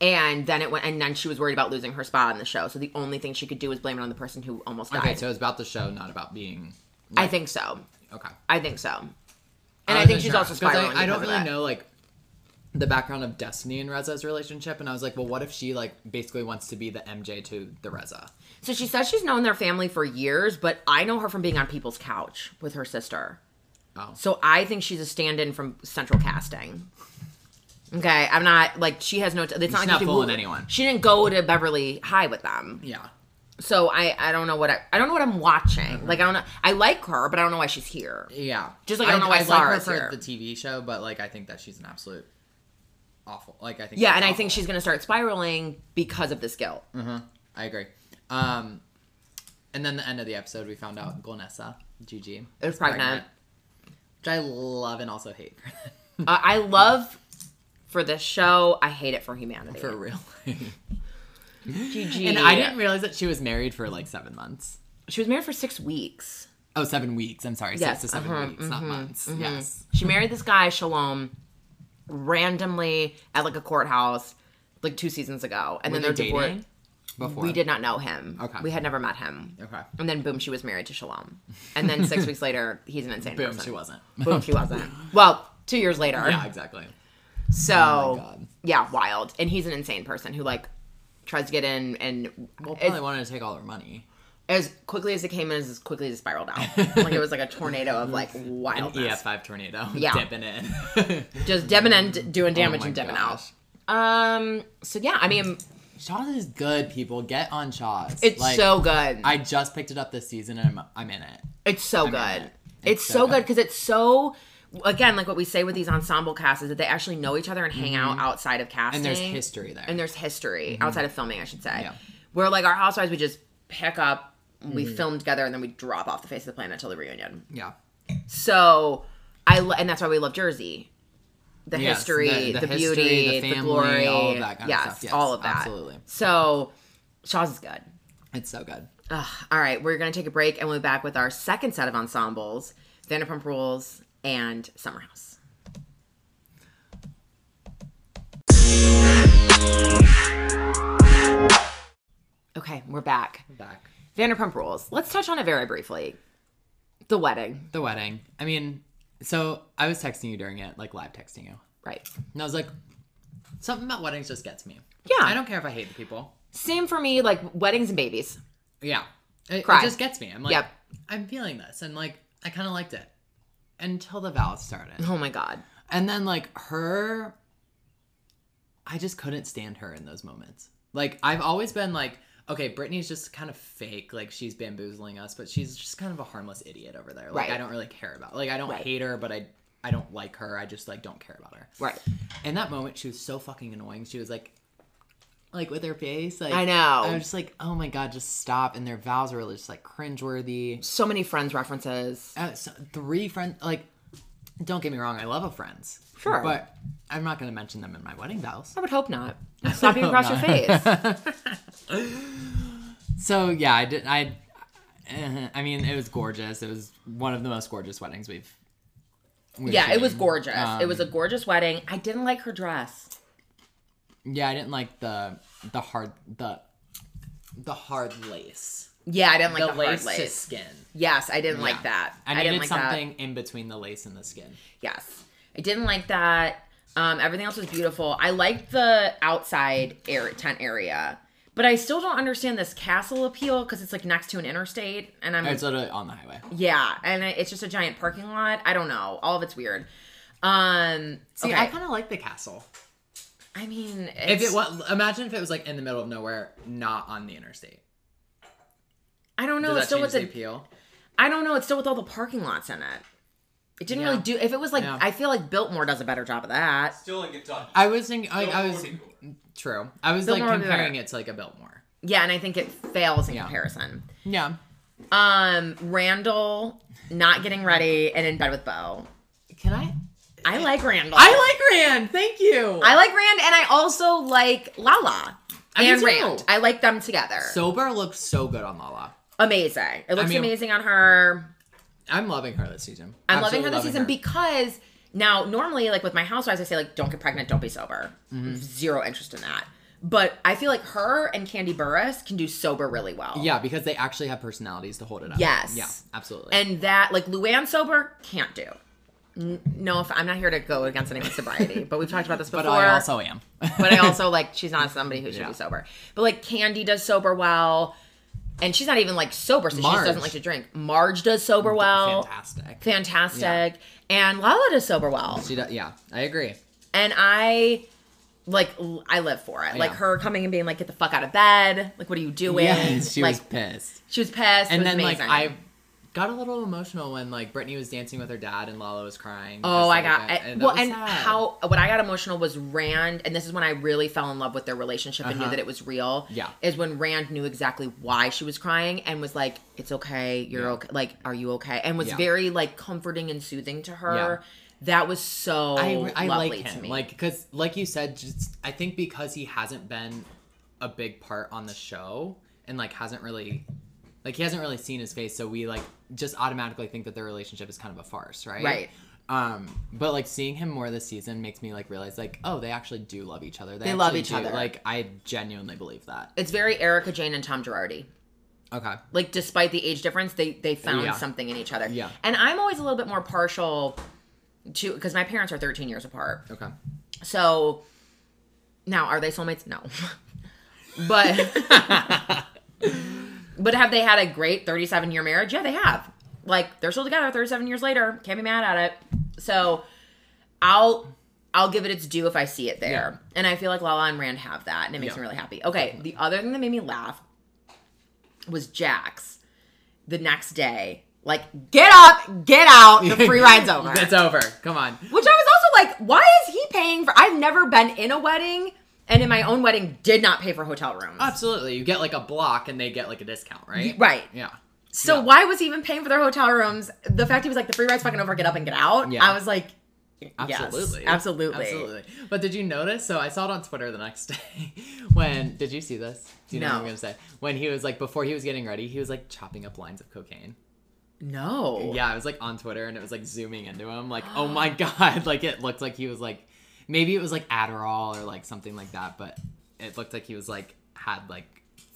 And then it went, and then she was worried about losing her spot on the show. So the only thing she could do was blame it on the person who almost died. Okay, so it's about the show, not about being I think so. okay. I think so. And I, wasn't think she's sure, also 'cause I- spiraling. I, because don't of really that. know like the background of Destiny and Reza's relationship, and I was like, well, what if she like basically wants to be the MJ to the Reza? So she says she's known their family for years, but I know her from being on People's Couch with her sister. Oh, So I think she's a stand-in from Central Casting. Okay, I'm not like she has no. T- it's not, like not she fooling moved- anyone. She didn't go to Beverly High with them, yeah. so I I don't know what I, I don't know what I'm watching. Mm-hmm. Like I don't know. I like her, but I don't know why she's here. Yeah, Just like I don't know why like Sarah's her here. for the TV show, but like I think that she's an absolute awful. Like I think Yeah, she's and I awful. think she's gonna start spiraling because of this guilt. Mm-hmm. I agree. Um, and then the end of the episode, we found out Golnessa, Gigi, It was pregnant. which I love and also hate Uh, I love for this show. I hate it for humanity. [LAUGHS] for real. GG. and I didn't realize that she was married for like seven months. She was married for six weeks. Oh, seven weeks. I'm sorry, Yes, six to 7 uh-huh, weeks, not months. Yes. She married this guy, Shalom, randomly at like a courthouse like two seasons ago. And Were then they they're divorced. dating before? We did not know him. Okay. We had never met him. Okay. And then boom, she was married to Shalom. And then [LAUGHS] six weeks later, he's an insane Boom. person. She wasn't. Boom, [LAUGHS] she wasn't. Well, two years later. yeah, exactly. So God. yeah, wild. And he's an insane person who like tries to get in and Well, as, probably wanted to take all her money. as quickly as it came in, as quickly as it spiraled [LAUGHS] out. like it was like a tornado of like wildness. EF5 E tornado. [LAUGHS] Yeah. Dipping in. [LAUGHS] Just Devin and doing damage Oh my and Devin out. gosh. Um. So yeah, I mean, Shaw's is good, people. Get on Shaw's. it's Like, so good. I just picked it up this season and I'm, I'm in it. it's so good. mean it. It's, so, good because it's so. Again, like what we say with these ensemble casts is that they actually know each other and hang out outside of casting. Mm-hmm. And there's history there. And there's history outside of filming, I should say. Yeah. Where like our housewives, we just pick up, we Mm-hmm. film together, and then we drop off the face of the planet until the reunion. yeah. So I lo- and that's why we love Jersey. The Yes, history, the- the, the history, beauty, the the, family, glory, all of that kind of stuff. Yes, all of that. absolutely. So Shaw's is good. It's so good. Ugh, all right, we're going to take a break and we'll be back with our second set of ensembles Vanderpump Rules and Summer House. Okay, we're back. Back. Vanderpump Rules. Let's touch on it very briefly. The wedding, The wedding. I mean, so I was texting you during it, like live texting you. right? And I was like, something about weddings just gets me. Yeah. I don't care if I hate the people. Same for me, like weddings and babies. Yeah. It, it Cry. just gets me. I'm like, Yep. I'm feeling this. And like, I kind of liked it until the vows started. Oh my God. And then like her I just couldn't stand her in those moments. Like I've always been like, okay, Brittany's just kind of fake, like she's bamboozling us, but she's just kind of a harmless idiot over there. Like Right. I don't really care about. Like I don't Right. hate her, but I I don't like her. I just like don't care about her. Right. In that moment, she was so fucking annoying. She was like, like with her face, like I know. I was just like, oh my god, just stop. And their vows were just like cringeworthy. So many friends references. Uh, so three friends, like, don't get me wrong, I love a friends, Sure. but I'm not gonna mention them in my wedding vows. I would hope [LAUGHS] not. Slap you hope across your face. [LAUGHS] So yeah, I did. I, uh, I mean, it was gorgeous. It was one of the most gorgeous weddings we've. we've yeah, it was seen. gorgeous. it was a Um, gorgeous wedding. I didn't like her dress. Yeah, I didn't like the the hard the the hard lace. Yeah, I didn't like the, lace, hard to lace. skin. Yes, I didn't like Yeah. that. I I, needed didn't like something in between the lace and the skin. that. Yes, I didn't like that. Um, everything else was beautiful. I liked the outside air tent area, but I still don't understand this castle appeal because it's like next to an interstate, and I'm It's literally on the highway. yeah, and it- it's just a giant parking lot. I don't know. All of it's weird. Um, See, okay. I kind of like the castle. I mean, If it's, it was, imagine if it was like in the middle of nowhere, not on the interstate. I don't know. Does It's that still change with the the appeal? I don't know. It's still with all the parking lots in it. It didn't Yeah. really do. If it was like, Yeah. I feel like Biltmore does a better job of that. Still in Kentucky. I was thinking. I, Still I in was Kentucky. true. I was Biltmore like would be better. comparing it to like a Biltmore. Yeah, and I think it fails in Yeah. comparison. Yeah. Um, Randall not getting ready and in bed with Bo. Can I? I like Randall. I like Rand. Thank you. I like Rand, and I also like Lala I do and too. Rand. I like them together. Sober looks so good on Lala. amazing. It looks mean- amazing on her. I'm loving her this season. I'm loving her Absolutely this season because now normally like with my housewives I say like don't get pregnant, don't be sober. Mm-hmm. Zero interest in that. But I feel like her and Candy Burris can do sober really well. yeah, because they actually have personalities to hold it up. Yes. Yeah, absolutely. And that like Luann sober can't do. N- No, if I'm not here to go against anyone's sobriety, but we've talked about this before. [LAUGHS] but I also am. but I also like she's not somebody who should Yeah. be sober. But like Candy does sober well, and she's not even like sober, so she Marge. just doesn't like to drink. Marge does sober well, fantastic. fantastic, and Lala does sober well. She does, yeah, I agree. And I like l- I live for it. Like Yeah. her coming and being like, "Get the fuck out of bed! Like, what are you doing?" Yes, [LAUGHS] she like was pissed. she was pissed. And it was then amazing. like I got a little emotional when like Brittany was dancing with her dad and Lala was crying. Oh, because I they got were I, gonna- that well, was and sad. how what I got emotional was Rand, and this is when I really fell in love with their relationship and knew Uh-huh. that it was real. Yeah. is when Rand knew exactly why she was crying and was like, "It's okay, you're okay. Like, are you okay?" And was Yeah. very like comforting and soothing to her. That was so I, I lovely like to him, me. like because like you said, just I think because he hasn't been a big part on the show and like hasn't really, like he hasn't really seen his face, so we like just automatically think that their relationship is kind of a farce, right? Right. Um, but like seeing him more this season makes me like realize like oh they actually do love each other. They, love actually each do- other. Like I genuinely believe that. it's very Erica Jane and Tom Girardi. Okay. Like, despite the age difference, they they found Yeah. something in each other. Yeah. and I'm always a little bit more partial to because my parents are 13 years apart. Okay. So now are they soulmates? No. [LAUGHS] but [LAUGHS] but have they had a great 37 year marriage? Yeah, they have. Like they're still together 37 years later. Can't be mad at it. So I'll I'll give it its due if I see it there. And I feel like Lala and Rand have that and it makes Yeah. me really happy. Okay, the other thing that made me laugh was Jax the next day. Like, get up, get out, the free ride's over. [LAUGHS] it's over. Come on. Which I was also like, why is he paying for? I've never been in a wedding, and in my own wedding, did not pay for hotel rooms. Absolutely. You get like a block and they get like a discount, right? right. Yeah. So yeah. why was he even paying for their hotel rooms? The fact he was like, the free ride's fucking over, get up and get out. Yeah. I was like, yes, Absolutely. absolutely, Absolutely. But did you notice? So I saw it on Twitter the next [LAUGHS] day. When did you see this? Do you know what No. I'm gonna say? When he was like before he was getting ready, he was like chopping up lines of cocaine. No. Yeah, it was like on Twitter and it was like zooming into him, like, [GASPS] oh my god, [LAUGHS] like it looked like he was like maybe it was like Adderall or like something like that, but it looked like he was like had like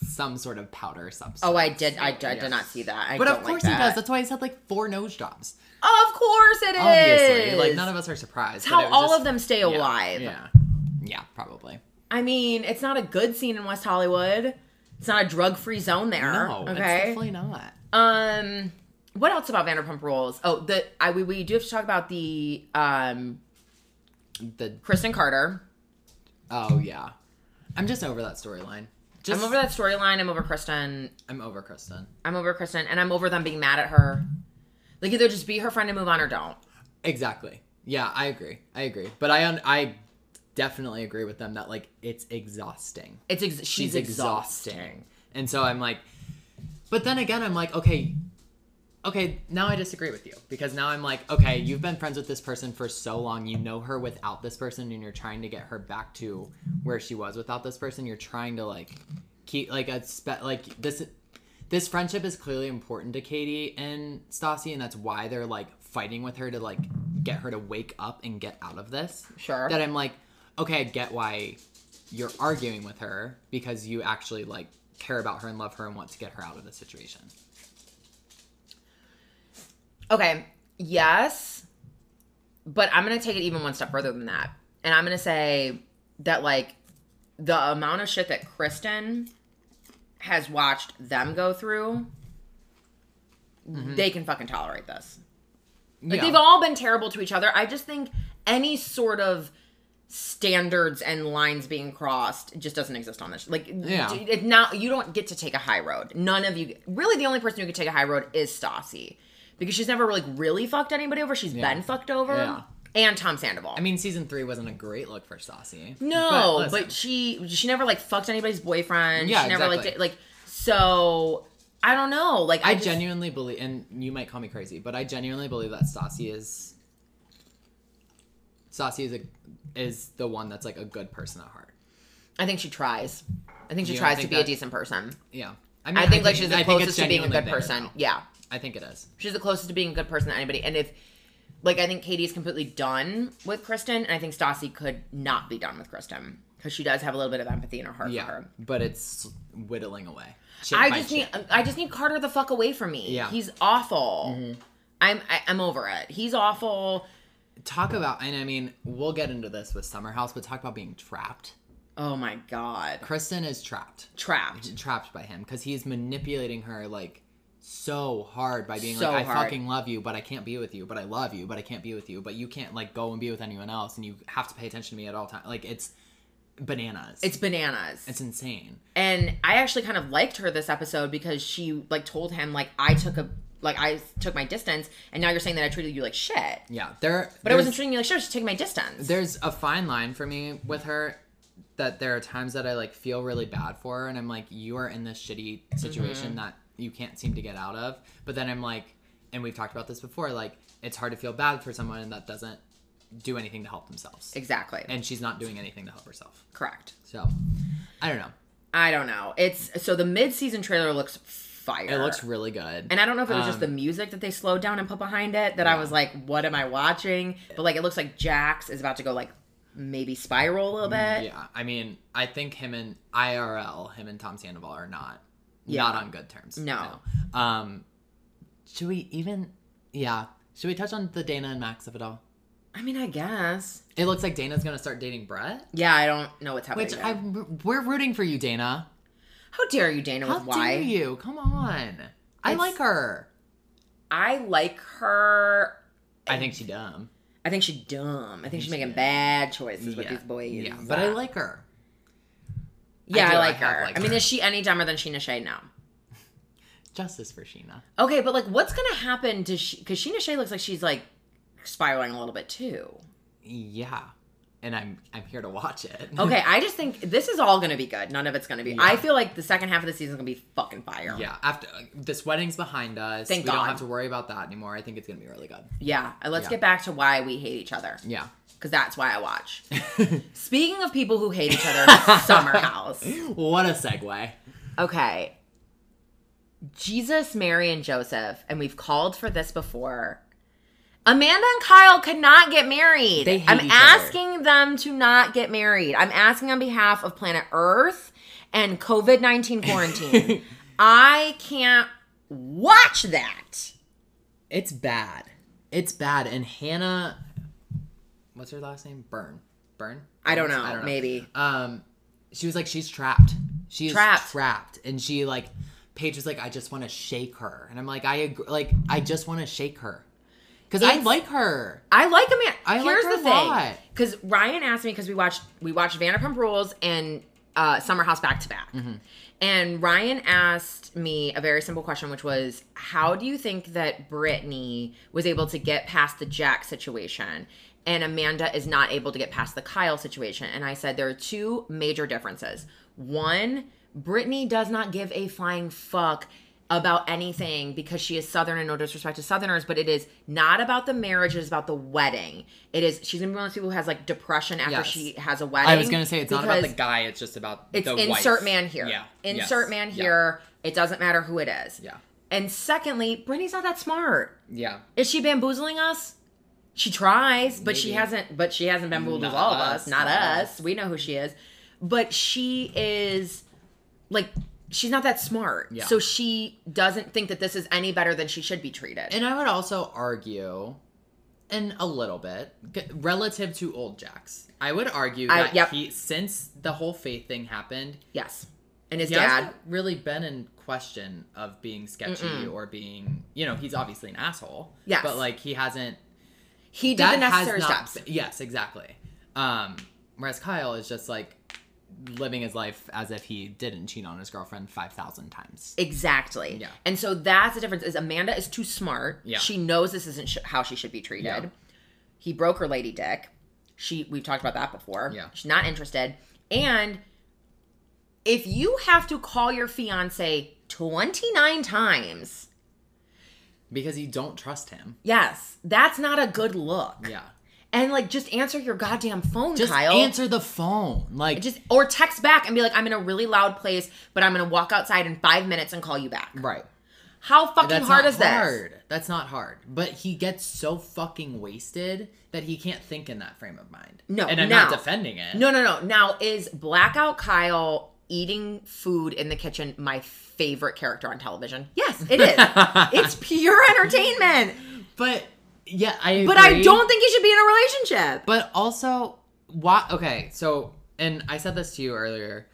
some sort of powder substance. Oh, I did. I, did- I Yeah. did not see that. I But don't of like course he does. that. That's why he's had like four nose jobs. Of course it is. Obviously, like none of us are surprised. but how it was all just- of them stay Yeah, alive. Yeah, yeah, probably. I mean, it's not a good scene in West Hollywood. It's not a drug-free zone there. No, it's okay. definitely not. Um, what else about Vanderpump Rules? Oh, the I we, we do have to talk about the um The Kristen Carter. oh yeah, I'm just over that storyline. Just I'm over that storyline. I'm over Kristen. I'm over Kristen. I'm over Kristen, and I'm over them being mad at her. Like either just be her friend and move on, or don't. Exactly. Yeah, I agree. I agree. But I un- I definitely agree with them that like it's exhausting. It's ex- she's, She's exhausting. exhausting. And so I'm like but then again I'm like okay okay, now I disagree with you because now I'm like okay, you've been friends with this person for so long. You know her without this person and you're trying to get her back to where she was without this person. You're trying to like keep like a spe- like this this friendship is clearly important to Katie and Stassi, and that's why they're like fighting with her to like get her to wake up and get out of this. Sure. That I'm like, okay, I get why you're arguing with her because you actually like care about her and love her and want to get her out of the situation. Okay. Yes. But I'm going to take it even one step further than that. And I'm going to say that, like, the amount of shit that Kristen has watched them go through, they can fucking tolerate this. Like, Yeah. they've all been terrible to each other. I just think any sort of standards and lines being crossed just doesn't exist on this. Like, Yeah. d- it now you don't get to take a high road. None of you. Really, the only person who could take a high road is Stassi because she's never like really fucked anybody over. She's been fucked over. Yeah. And Tom Sandoval. I mean, season three wasn't a great look for Stassi. no, but, listen, she she never like fucked anybody's boyfriend. Yeah, she never exactly. like did, like so. I don't know. Like I, I just- genuinely believe, and you might call me crazy, but I genuinely believe that Stassi is Stassi is a, is the one that's like a good person at heart. I think she tries. I think she You don't tries to think be a that- decent person. Yeah, mean, I think like she's I the think it's closest to being a genuinely good there, person. though. Yeah. I think it is. She's the closest to being a good person to anybody. And if, like, I think Katie is completely done with Kristen, and I think Stassi could not be done with Kristen because she does have a little bit of empathy in her heart Yeah, for her. but it's whittling away. Chip I by just chip. need, I just need Carter the fuck away from me. Yeah. Mm-hmm. he's awful. I'm, I, I'm over it. He's awful. talk about, and I mean, we'll get into this with Summer House, but talk about being trapped. Oh my god, Kristen is trapped, trapped. trapped by him because he's manipulating her like so hard by being So like, "I hard. fucking love you, but I can't be with you, but I love you, but I can't be with you, but you can't like go and be with anyone else, and you have to pay attention to me at all times." Like it's bananas. It's bananas. it's insane. and I actually kind of liked her this episode because she like told him like I took a like I took my distance, and now you're saying that I treated you like shit. Yeah, there. But I wasn't treating you like shit. I was just taking my distance. there's a fine line for me with her that there are times that I like feel really bad for her and I'm like you are in this shitty situation that you can't seem to get out of but then I'm like and we've talked about this before like it's hard to feel bad for someone that doesn't do anything to help themselves Exactly. and she's not doing anything to help herself Correct. so I don't know I don't know. It's so the mid-season trailer looks fire. it looks really good and I don't know if it was just um, the music that they slowed down and put behind it that I was like, what am I watching? But like, it looks like Jax is about to go like maybe spiral a little bit. Mm, yeah I mean I think him and IRL him and Tom Sandoval are not Yeah. not on good terms No. no. um should we even yeah should we touch on the Dana and Max of it all I mean, I guess. It looks like Dana's gonna start dating Brett. Yeah, I don't know what's happening. Which yet. I we're rooting for you, Dana. How dare you, Dana? How With why? dare you? Come on. I It's- like her. I like her. I think she dumb. I think she's dumb. I think she's making bad choices with Yeah. these boys. Yeah, but I like her. Yeah, I I, do. I like have her. liked I mean, her. is she any dumber than Sheena Shea? No. Justice for Sheena. Okay, but like, what's gonna happen to she? Because Sheena Shea looks like she's like spiraling a little bit [LAUGHS] too. Yeah, and I'm I'm here to watch it. Okay, I just think this is all gonna be good. None of it's gonna be. I feel like the second half of the season's gonna be fucking fire. Yeah, after uh, this wedding's behind us, Thank we God. don't have to worry about that anymore. I think it's gonna be really good. Yeah, and Let's Yeah. get back to why we hate each other. Yeah. Because that's why I [LAUGHS] watch. Speaking of people who hate each other, Summer House. What a segue. Okay. Jesus, Mary, and Joseph, and we've called for this before. Amanda and Kyle could not get married. They hate I'm each other. asking them to not get married. I'm asking on behalf of planet Earth and COVID 19 [LAUGHS] quarantine. I can't watch that. It's bad. It's bad. And Hannah, what's her last name? Burn. Burn. I don't know, maybe. Um, she was like, she's trapped. She is Trapped. trapped. And she like, Paige was like, I just want to shake her. And I'm like, I agree. Like, I just want to shake her because I It's- like her. I like Amanda. I like Here's her the a lot. thing, because Ryan asked me because we watched we watched Vanderpump Rules and uh, Summer House back to back. Mm-hmm. And Ryan asked me a very simple question, which was, "How do you think that Brittany was able to get past the Jack situation, and Amanda is not able to get past the Kyle situation?" And I said there are two major differences. One, Brittany does not give a flying fuck about anything because she is Southern and no disrespect to Southerners, but it is not about the marriage, it is about the wedding. It is she's gonna be one of those people who has like depression after Yes. she has a wedding. I was gonna say it's not about the because- guy; it's just about it's the insert wife. man here. Yeah, Insert Yes. man Yeah. here. It doesn't matter who it is. Yeah, And secondly, Brittany's not that smart. yeah. Is she bamboozling us? She tries, but she Maybe. hasn't. But she hasn't bamboozled Not all of us, us. Not, not us. We know who she is. But she is, like, she's not that smart. Yeah. So she doesn't think that this is any better than she should be treated. And I would also argue, and a little bit, g- relative to old Jax, I would argue I- that yep. he, since the whole faith thing happened, yes. And his he dad. hasn't really been in question of being sketchy or being, you know, he's obviously an asshole. Yes. But like he hasn't. He did that the necessary has not, steps. been- yes, exactly. Um, whereas Kyle is just like living his life as if he didn't cheat on his girlfriend 5,000 times. Exactly. Yeah. And so that's the difference. Is Amanda is too smart. Yeah. She knows this isn't sh- how she should be treated. Yeah. He broke her lady dick. She we've talked about that before. Yeah. She's not interested. And if you have to call your fiance 29 times, Because you don't trust him. yes, that's not a good look. Yeah. And like just answer your goddamn phone, Just Kyle. answer the phone. Like, just or text back and be like, I'm in a really loud place, but I'm gonna walk outside in five minutes and call you back. right. How fucking hard not is this? hard. That's not hard. But he gets so fucking wasted that he can't think in that frame of mind. No, and I'm not now- defending it. No, no, no. Now is Blackout Kyle eating food in the kitchen my favorite character on television? Yes, it is. it's pure entertainment. but yeah, I. But I agree. don't think he should be in a relationship. But also, why? Okay, so and I said this to you earlier,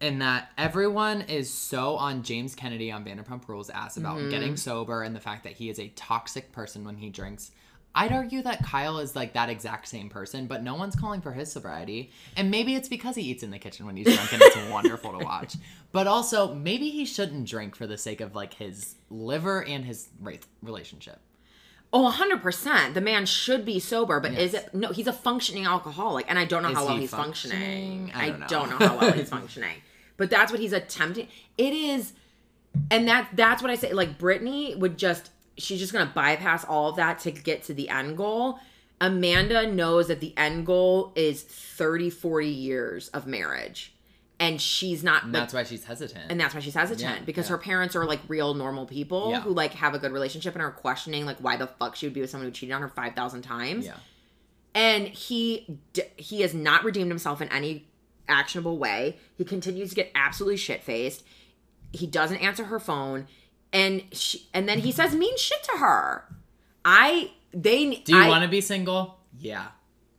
in that everyone is so on James Kennedy on Vanderpump Rules ass about Mm-hmm. getting sober and the fact that he is a toxic person when he drinks. I'd argue that Kyle is like that exact same person, but no one's calling for his sobriety. And maybe it's because he eats in the kitchen when he's [LAUGHS] drunk and it's wonderful to watch. But also, maybe he shouldn't drink for the sake of like his liver and his ra- relationship. Oh, 100%. The man should be sober, but is it? No, he's a functioning alcoholic, and I don't know Is how well he he's functioning. functioning? I don't know. how well he's [LAUGHS] functioning. But that's what he's attempting. It is, and that that's what I say. Like, Brittany would just, she's just going to bypass all of that to get to the end goal. Amanda knows that the end goal is 30, 40 years of marriage, and she's not, And like, that's why she's hesitant. and that's why she's hesitant Yeah, because yeah. her parents are like real normal people Yeah. who like have a good relationship and are questioning like why the fuck she would be with someone who cheated on her 5000 times yeah. and he d- he has not redeemed himself in any actionable way he continues to get absolutely shit-faced he doesn't answer her phone and she, and then he says mean shit to her i they Do you want to be single? Yeah.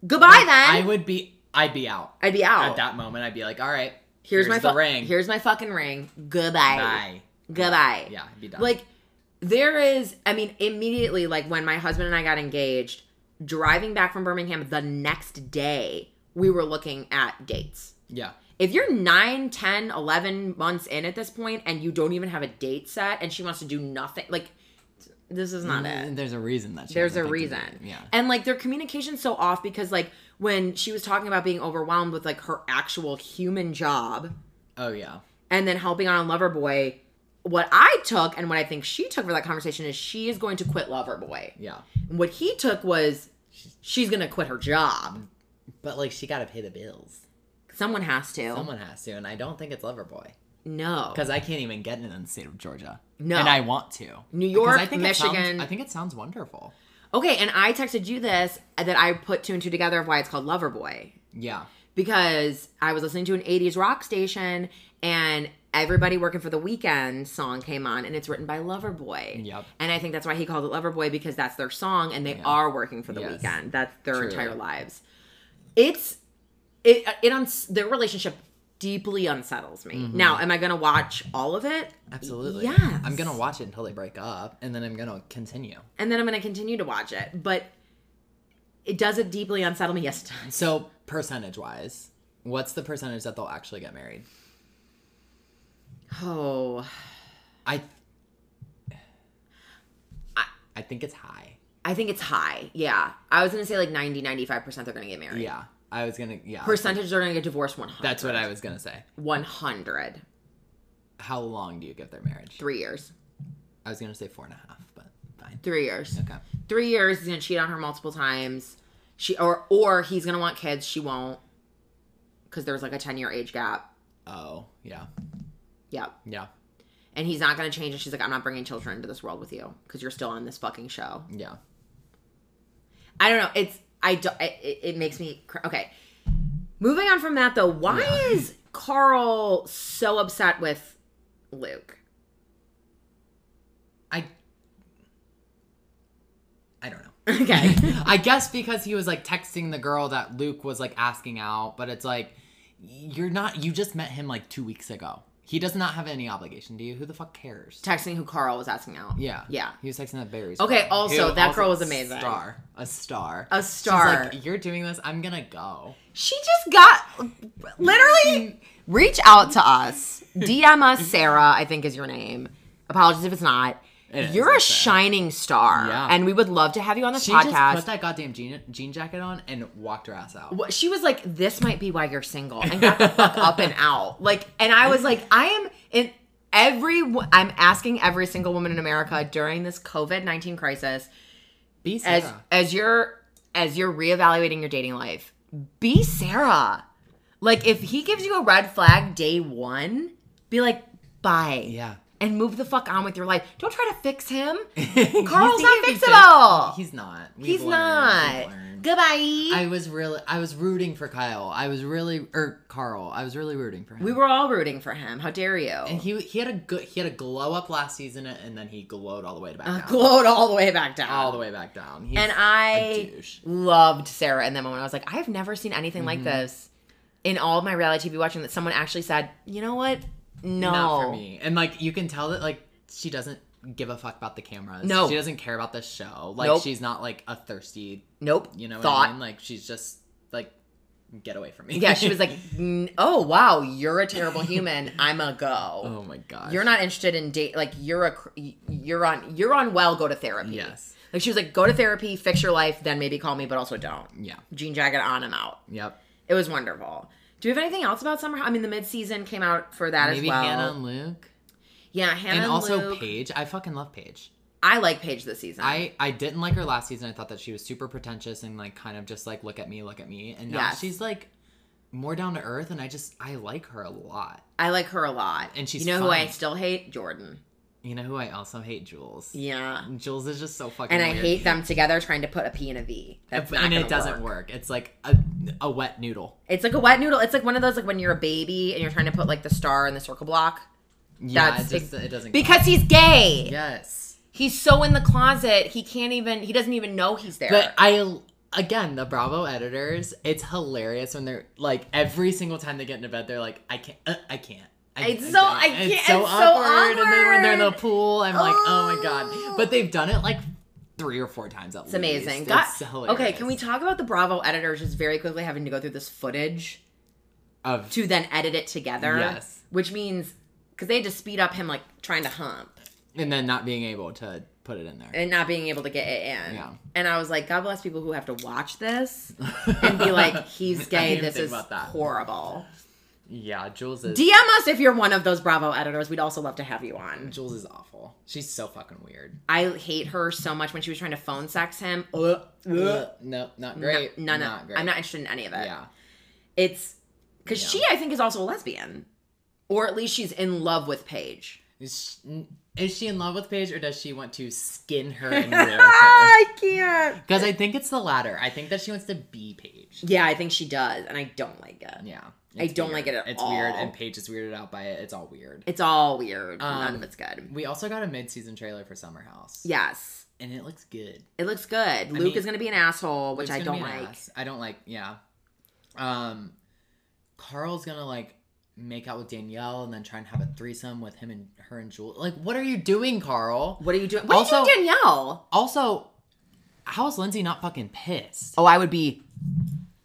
goodbye I then I would, would be. I'd be out. be out At that moment, I'd be like, all right. here's, my the fu- ring. here's my fucking ring goodbye Bye. goodbye Yeah, I'd be done. Like, there is, I mean, immediately, like when my husband and I got engaged, driving back from Birmingham the next day, we were looking at dates. yeah, If you're 9, 10, 11 months in at this point and you don't even have a date set and she wants to do nothing, like, this is not it Mm, there's a reason that. She there's a hasn't picked reason. date. Yeah. And like their communication's so off because like when she was talking about being overwhelmed with like her actual human job, oh yeah. and then helping on Loverboy. What I took and what I think she took for that conversation is she is going to quit Loverboy. Yeah. And what he took was she's going to quit her job. But like, she gotta pay the bills. Someone has to. Someone has to, and I don't think it's Loverboy No. because I can't even get it in the state of Georgia. No. And I want to. New Because York, I think it sounds- Michigan. I think it sounds wonderful. Okay, and I texted you this that I put two and two together of why it's called Loverboy Yeah. because I was listening to an 80s rock station and everybody working for the weekend song came on and it's written by Loverboy. Yep. And I think that's why he called it Loverboy because that's their song and they are working for the Yes. weekend. That's their Truly. entire lives. It's it it uns- their relationship deeply unsettles me. Mm-hmm. Now, am I going to watch all of it? Absolutely. Yes. I'm gonna watch it until they break up, and then I'm gonna continue. And then I'm going to continue to watch it, but it does [SIGHS] it deeply unsettle me. Yes, it does. So percentage wise, What's the percentage that they'll actually get married? Oh, I I- I think it's high. I think it's high. Yeah. I was going to say like 90, 95% they're going to get married. Yeah. I was gonna yeah. Percentage they're going to get divorced 100. That's what I was gonna say. 100. How long do you give their marriage? Three years. I was gonna say four and a half, but fine. Three years. Okay. Three years. He's going to cheat on her multiple times. She or or he's going to want kids. She won't because there's like a 10 year age gap. Oh, yeah. Yep. Yeah. And he's not going to change. And she's like, I'm not bringing children into this world with you because you're still on this fucking show. Yeah. I don't know. It's I do, it, it- it makes me cr- okay. Moving on from that though, why is Carl so upset with Luke? [LAUGHS] I I don't [LAUGHS] know. [LAUGHS] Okay. I guess because he was like texting the girl that Luke was like asking out, but it's like you're not you just met him like 2 weeks ago. He does not have any obligation to you. Who the fuck cares? Texting who Carl was asking out. Yeah. Yeah. He was texting that Barry. Okay, also, that girl was a amazing. Star. A star. A She's star. like, you're doing this, I'm gonna go. She just got literally reach out to us. DM [LAUGHS] us Sarah, I think is your name. Apologies if it's not. It is, You're a it's Sarah. shining star. Yeah. And we would love to have you on this She podcast. just put that goddamn jean, jean jacket on and walked her ass out. Wh- she was like, "This might be why you're single," and got the fuck up and out. Like, and I was like, "I am in every. wo- I'm asking every single woman in America during this COVID nineteen crisis Be as Sarah. as you're as you're reevaluating your dating life, be Sarah. Like, if he gives you a red flag day one, be like, bye, yeah. [LAUGHS] and move the fuck on with your life. Don't try to fix him. He's Carl's not gonna be fixable. fixed. He's not. We've He's learned. not. We've learned. Goodbye. I was really I was rooting for Kyle. I was really or Carl. I was really rooting for him. we were all rooting for him. How dare you? and he he had a good he had a glow up last season and then he glowed all the way back down. [LAUGHS] glowed all the way back down. all the way back down. He's and a I douche. loved Sarah in that moment. I was like, I have never seen anything Mm-hmm. like this in all of my reality TV watching that someone actually said, you know what? No. Not for me. And like you can tell that like she doesn't give a fuck about the cameras. No. She doesn't care about the show. Like Nope. she's not like a thirsty, Nope. you know what Thought. I mean? Like she's just like get away from me. Yeah, [LAUGHS] she was like, "N- oh, wow, you're a terrible human. I'm a go. Oh my god. You're not interested in date. Like you're a, cr- you're on, you're on. Well, go to therapy. Yes. Like she was like, go to therapy, fix your life, then maybe call me, but also don't. Yeah. Jean jacket on and out. Yep. It was wonderful. Do we have anything else about summer? I mean, the mid season came out for that as Maybe well. Hannah and Luke. yeah, Hannah And, and also Luke. Paige. I fucking love Paige. I like Paige this season. I I didn't like her last season. I thought that she was super pretentious and like kind of just like look at me, look at me. And now Yes. she's like more down to earth and I just I like her a lot. I like her a lot. And she's You know who I fun. still hate? Jordan. You know who I also hate? Jules. Yeah. Jules is just so fucking And I weird. hate them together trying to put a P and a V. That's not and gonna it doesn't work. work. It's like a, a wet noodle. It's like a wet noodle. It's like one of those like when you're a baby and you're trying to put like the star in the circle block. Yeah, That's it, just, it doesn't. go. Because he's gay. yes, He's so in the closet, he can't even he doesn't even know he's there. but I again the Bravo editors. It's hilarious when they're like every single time they get into bed, they're like, I can't, uh, I can't. I, It's so- I can't- it's so And then when they're in the awkward. pool, I'm like, oh my Oh. god. But they've done it like three or four times at it's amazing. God- okay, can we talk about the Bravo editors just very quickly having to go through this footage Of to then edit it together? Yes. Which means because they had to speed up him like trying to hump. and then not being able to put it in there. and not being able to get it in. Yeah. And I was like, God bless people who have to watch this and be [LAUGHS] like, he's I didn't gay. even This think is about that. horrible. yeah, Jules is DM us if you're one of those Bravo editors. We'd also love to have you on. Jules is awful. She's so fucking weird. I hate her so much when she was trying to phone sex him. Ugh, Ugh, ugh. No, not great. Uh, No, none not of great. I'm not interested in any of it. Yeah. It's because Yeah. she, I think, is also a lesbian. Or at least she's in love with Paige. Is she, is she in love with Paige or does she want to skin her and wear [LAUGHS] her? can't. Because I think it's the latter. I think that she wants to be Paige. Yeah, I think she does, and I don't like it. Yeah. I it's don't like it at It's weird all. and Paige is weirded out by it. It's all weird. It's all weird. Um, None of it's good. We also got a mid season trailer for Summer House. Yes. And it looks good. It looks good. Luke mean, is going to be an asshole, which It's I gonna don't be an like. ass. I don't like, yeah. Um Carl's gonna like make out with Danielle and then try and have a threesome with him and her and Jules. Like, what are you doing, Carl? What are you doing? What are you Also- doing, Danielle? Also, how is Lindsay not fucking pissed? Oh, I would be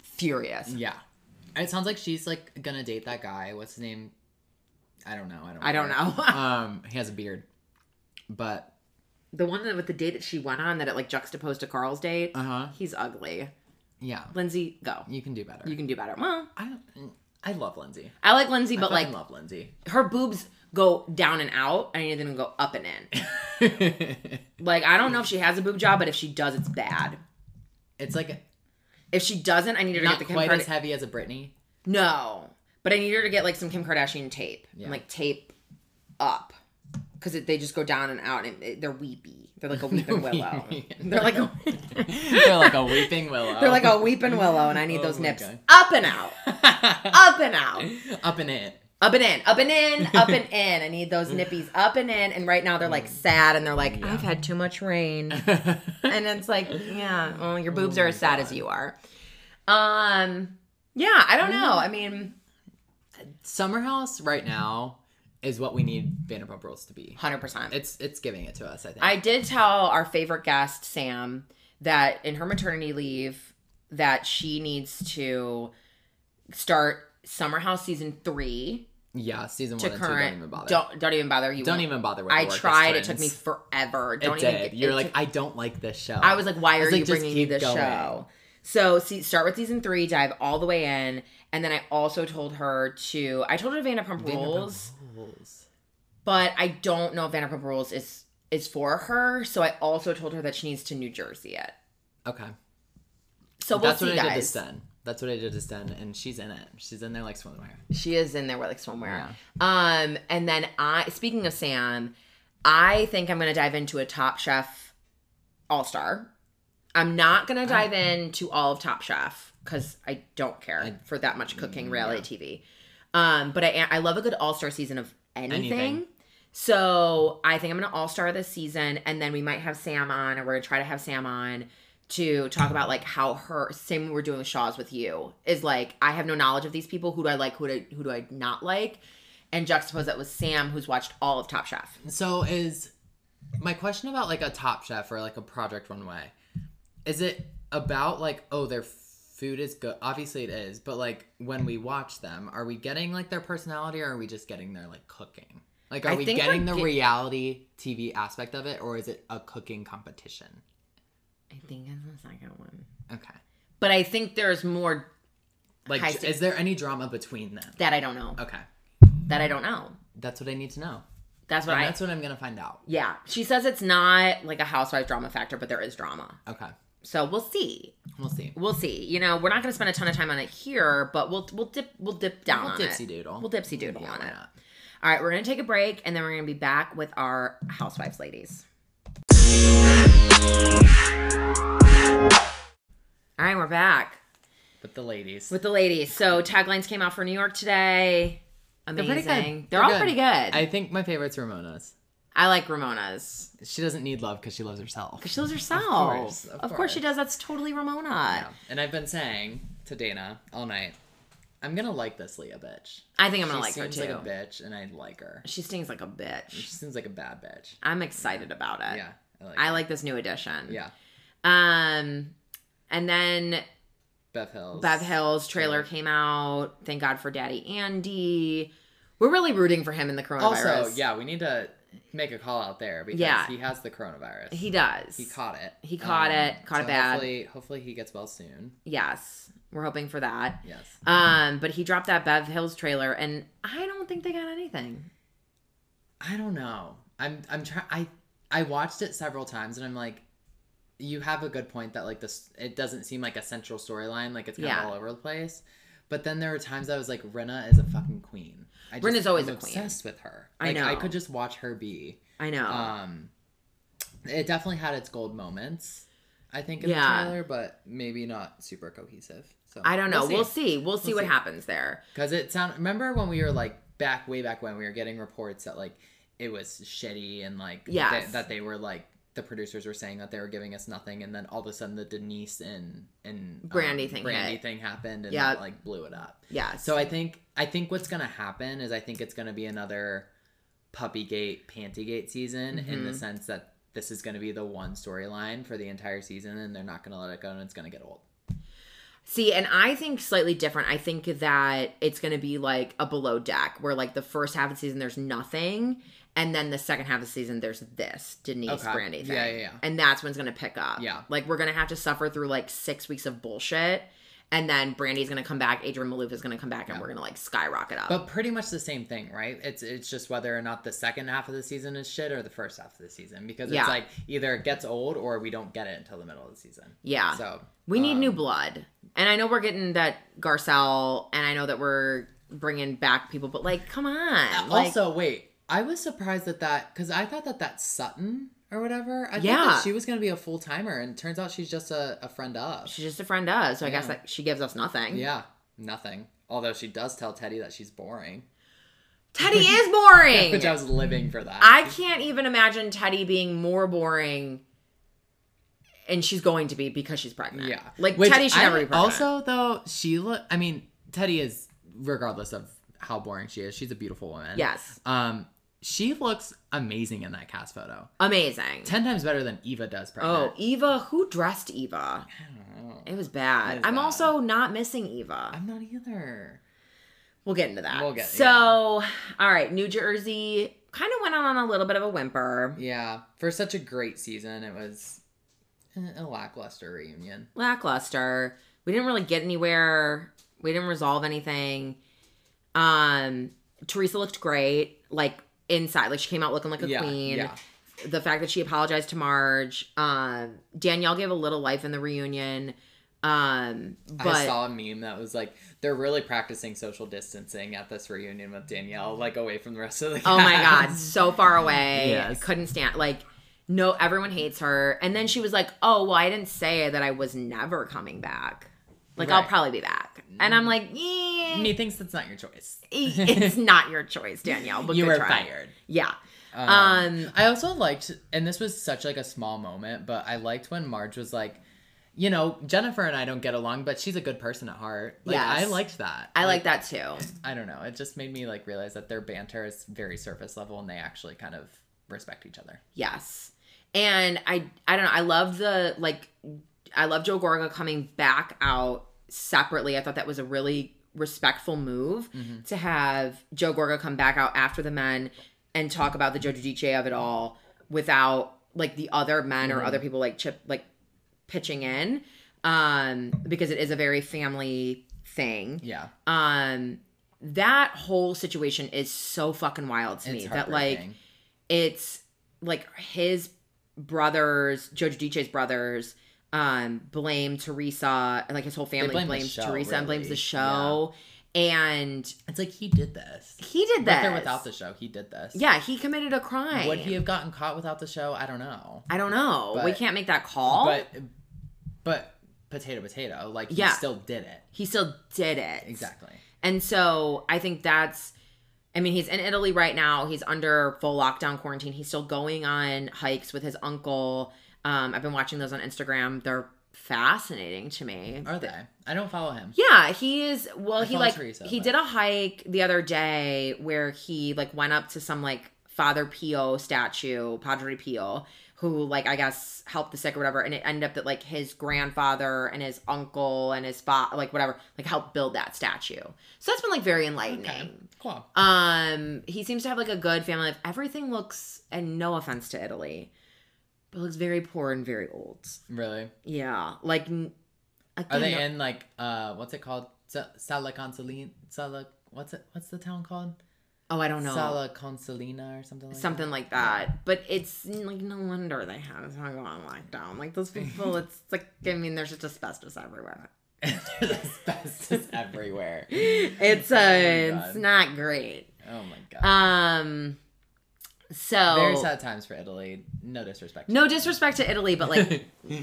furious. Yeah. It sounds like she's like gonna date that guy. What's his name? I don't know. I don't. I don't know. [LAUGHS] um, he has a beard, but the one that with the date that she went on that it like juxtaposed to Carl's date. Uh-huh. He's ugly. yeah, Lindsay, go. you can do better. You can do better. Well, I don't- I love Lindsay, I like Lindsay, but but like like [LAUGHS] love Lindsay. her boobs go down and out. I need them to go up and in. [LAUGHS] Like I don't know if she has a boob job, but if she does, it's bad. it's like If she doesn't, I need her to not get the Kim quite Karda- as heavy as [LAUGHS] a Britney. No, but I need her to get like some Kim Kardashian tape, and, Yeah. like tape up, because they just go down and out, and it, they're weepy. They're [LAUGHS] like a weeping willow. weepy. They're like [LAUGHS] a, They're like a weeping willow. [LAUGHS] they're like a weeping willow, and I need Oh those my nips God. up and out, up and [LAUGHS] out, [LAUGHS] up in it. up and in, up and in, up [LAUGHS] and in. I need those nippies up and in. And right now they're like sad, and they're like, I've had too much rain. [LAUGHS] and it's like, yeah, well, your boobs Oh are as sad as you are. Um, yeah, I don't Mm-hmm. know. I mean, Summer House right now is what we need Vanderpump Rules to be. hundred percent. It's it's giving it to us. I think. I did tell our favorite guest Sam that in her maternity leave that she needs to start Summer House season three yeah, season to one and two. current. Don't even bother. Don't don't even bother. You Don't won't- even bother with. I the work as tried. It took twins. me forever. Don't It even. did. get- You're it like, took- I don't like this show. I was like, why was are like, you just bringing me keep this going. show? So see, start with season three, dive all the way in, and then I also told her to. I told her Vanderpump Vanderpump Rules, Rules. but I don't know if Vanderpump Rules is is for her. So I also told her that she needs to New Jersey it. Okay. So we'll That's see, what I did to guys. Sten. That's what I did to Sten, and she's in it. She's in there like swimming hair. She is in there with like swimwear. Um, and then I, speaking of Sam, I think I'm gonna dive into a Top Chef All Star. I'm not gonna dive into all of Top Chef because I don't care for that much cooking reality TV. Um, but I I love a good All Star season of anything. Anything. So I think I'm gonna All Star this season, and then we might have Sam on, or we're gonna try to have Sam on to talk about like how her same we're doing with Shaw's with you is like I have no knowledge of these people. Who do I like? Who do I, who do I not like? And juxtapose that with Sam, who's watched all of Top Chef. So is my question about like a Top Chef or like a Project Runway? Is it about like oh their food is good? Obviously it is, but like when we watch them, are we getting like their personality or are we just getting their like cooking? Like are I we think getting we're the get- reality TV aspect of it or is it a cooking competition? I think it's the second one, Okay. but I think there's more Like High j- stakes. is there any drama between them? that I don't know. Okay. That I don't know. That's what I need to know. That's what And I. that's what I'm gonna find out. yeah, she says it's not like a housewife drama factor, but there is drama. Okay. So we'll see. We'll see. We'll see. You know, we're not going to spend a ton of time on it here, but we'll we'll dip we'll dip down We'll on dipsy it. doodle. We'll dipsy doodle Yeah, on why it. not? All right, we're going to take a break and then we're going to be back with our housewives ladies. All right, we're back With the ladies. with the ladies. So taglines came out for New York today. Amazing. They're, all pretty good. I I, think my favorite's Ramona's. like Ramona's. She doesn't need love because she loves herself. She loves herself. Of course, course, of she course. does. That's totally Ramona. Yeah. And I've been saying to Dana all night, I'm gonna like this Leah bitch. I think I'm going to she like her seems too. like a bitch, and I like her. she stings like a She bitch. seems like a bad bitch. I'm excited about it. Yeah, I like. I her. like this new edition. yeah, Um, and then Bev Hills. Bev Hill's trailer came out. Thank God for Daddy Andy. We're really rooting for him in the coronavirus. Also, yeah, we need to make a call out there because Yeah. he has the coronavirus. he does. He caught it. Um, He caught it, caught it so bad. Hopefully, hopefully he gets well soon. Yes, we're hoping for that. Yes. Um, but he dropped that Bev Hills trailer, and I don't think they got anything. I don't know. I'm I'm trying. I I watched it several times, and I'm like, you have a good point that like this. It doesn't seem like a central storyline. Like it's kind Yeah. of all over the place. But then there were times I was like, Renna is a fucking queen. I just, Renna's always I'm a queen. Obsessed with her. I Like, I know. could just watch her be. I know. Um, it definitely had its gold moments. I think in Yeah. the trailer, but maybe not super cohesive. So I don't know. We'll, We'll see. see. We'll see what We'll see. happens there. Because it sound remember when we were like back way back when we were getting reports that like it was shitty and like Yes. that- that they were like the producers were saying that they were giving us nothing and then all of a sudden the Denise and and um, Brandy thing Brandy hit. thing happened and Yeah. that like blew it up. Yeah. So I think I think what's gonna happen is I think it's gonna be another puppy gate panty gate season Mm-hmm. in the sense that this is gonna be the one storyline for the entire season and they're not gonna let it go and it's gonna get old. See, and I think slightly different. I think that it's going to be like a below deck where like the first half of the season there's nothing and then the second half of the season there's this Denise Okay. Brandy thing. Yeah, yeah, yeah. And that's when it's going to pick up. Yeah. Like we're going to have to suffer through like 6 weeks of bullshit and then Brandy's going to come back, Adrian Malouf is going to come back and we're going to like skyrocket up. But pretty much the same thing, right? It's it's just whether or not the second half of the season is shit or the first half of the season because Yeah. it's like either it gets old or we don't get it until the middle of the season. yeah. So We need um, new blood. And I know we're getting that Garcelle, and I know that we're bringing back people, but like, come on. Like, Uh, also, wait. I was surprised at that because I thought that that Sutton or whatever. I thought Yeah. that she was going to be a full timer, and turns out she's just a, a friend of. she's just a friend of us, so I guess Yeah. like she gives us nothing. yeah, nothing. Although she does tell Teddy that she's boring, Teddy is boring. which I was living for that. I can't even imagine Teddy being more boring. And she's going to be because she's pregnant. yeah, Like Which Teddy should I- never be pregnant. Also, though, she look. I mean, Teddy is regardless of how boring she is, she's a beautiful woman. Yes. Um, she looks amazing in that cast photo. Amazing. Ten times better than Eva does. Oh, Pregnant. Eva, who dressed Eva? I don't know. It was bad. It was I'm bad. also not missing Eva. I'm not either. We'll get into that. We'll get- so, all right, New Jersey kind of went on, on a little bit of a whimper. Yeah, for such a great season, it was a a lackluster reunion. Lackluster. We didn't really get anywhere. We didn't resolve anything. Um Teresa looked great, like inside. Like she came out looking like a yeah, queen. yeah, The fact that she apologized to Marge. Um Danielle gave a little life in the reunion. Um but I saw a meme that was like, "They're really practicing social distancing at this reunion with Danielle, like away from the rest of the." [LAUGHS] Oh my cast." [LAUGHS] god, so far away. Yes. Couldn't stand like no, everyone hates her. And then she was like, "Oh, well, I didn't say that I was never coming back. Like I'll Right. probably be back." And I'm like, "Eh, Methinks that's not your choice. "It's not your choice, Danielle." But you good were try. fired. Yeah. Um, Um, I also liked, and this was such like a small moment, but I liked when Marge was like, you know, Jennifer and I don't get along, but she's a good person at heart. Like I Yes. liked that. I like that too. I don't know. It just made me like realize that their banter is very surface level, and they actually kind of respect each other. Yes. And I I don't know, I love the like I love Joe Gorga coming back out separately. I thought that was a really respectful move to have Joe Gorga come back out after the men and talk about the Joe Giudice of it all without like the other men or other people like chip like pitching in um because it is a very family thing Yeah, um that whole situation is so fucking wild to me that like heartbreaking. it's like his brothers, Judge DJ's brothers, um, blame Teresa, and like his whole family blame the blames show, Teresa and blames the really. show. And it's like he did this. he did With that. or without the show, he did this. yeah, he committed a crime. Would he have gotten caught without the show? I don't know. I don't know. we But- can't make that call. But but potato potato, like he Yeah. still did it. he still did it. Exactly. And so I think that's I mean, he's in Italy right now. He's under full lockdown quarantine. He's still going on hikes with his uncle. Um, I've been watching those on Instagram. They're fascinating to me. Are they? I don't follow him. Yeah, he is. Well, he follow like Teresa, he but- did a hike the other day where he like went up to some like Father Pio statue, Padre Pio, who like I guess helped the sick or whatever, and it ended up that like his grandfather and his uncle and his father, like whatever, like helped build that statue. So that's been like very enlightening. Okay. Cool. Um, he seems to have like a good family life. Everything looks, and no offense to Italy, but looks very poor and very old. Really? Yeah, like n- Are again, they no- in like uh what's it called? Sa- Sala Consolina Sala what's it what's the town called? oh, I don't know. Sala Consolina or something like something that. like that. But it's like no wonder they have it's not going on lockdown. Like [LAUGHS] those people, it's like I mean, there's just asbestos Oh everywhere. [LAUGHS] There's asbestos [LAUGHS] everywhere. It's uh, Oh my it's God. not great. Oh my god. Um, so Very sad times for Italy. No disrespect. no disrespect to Italy, but like [LAUGHS]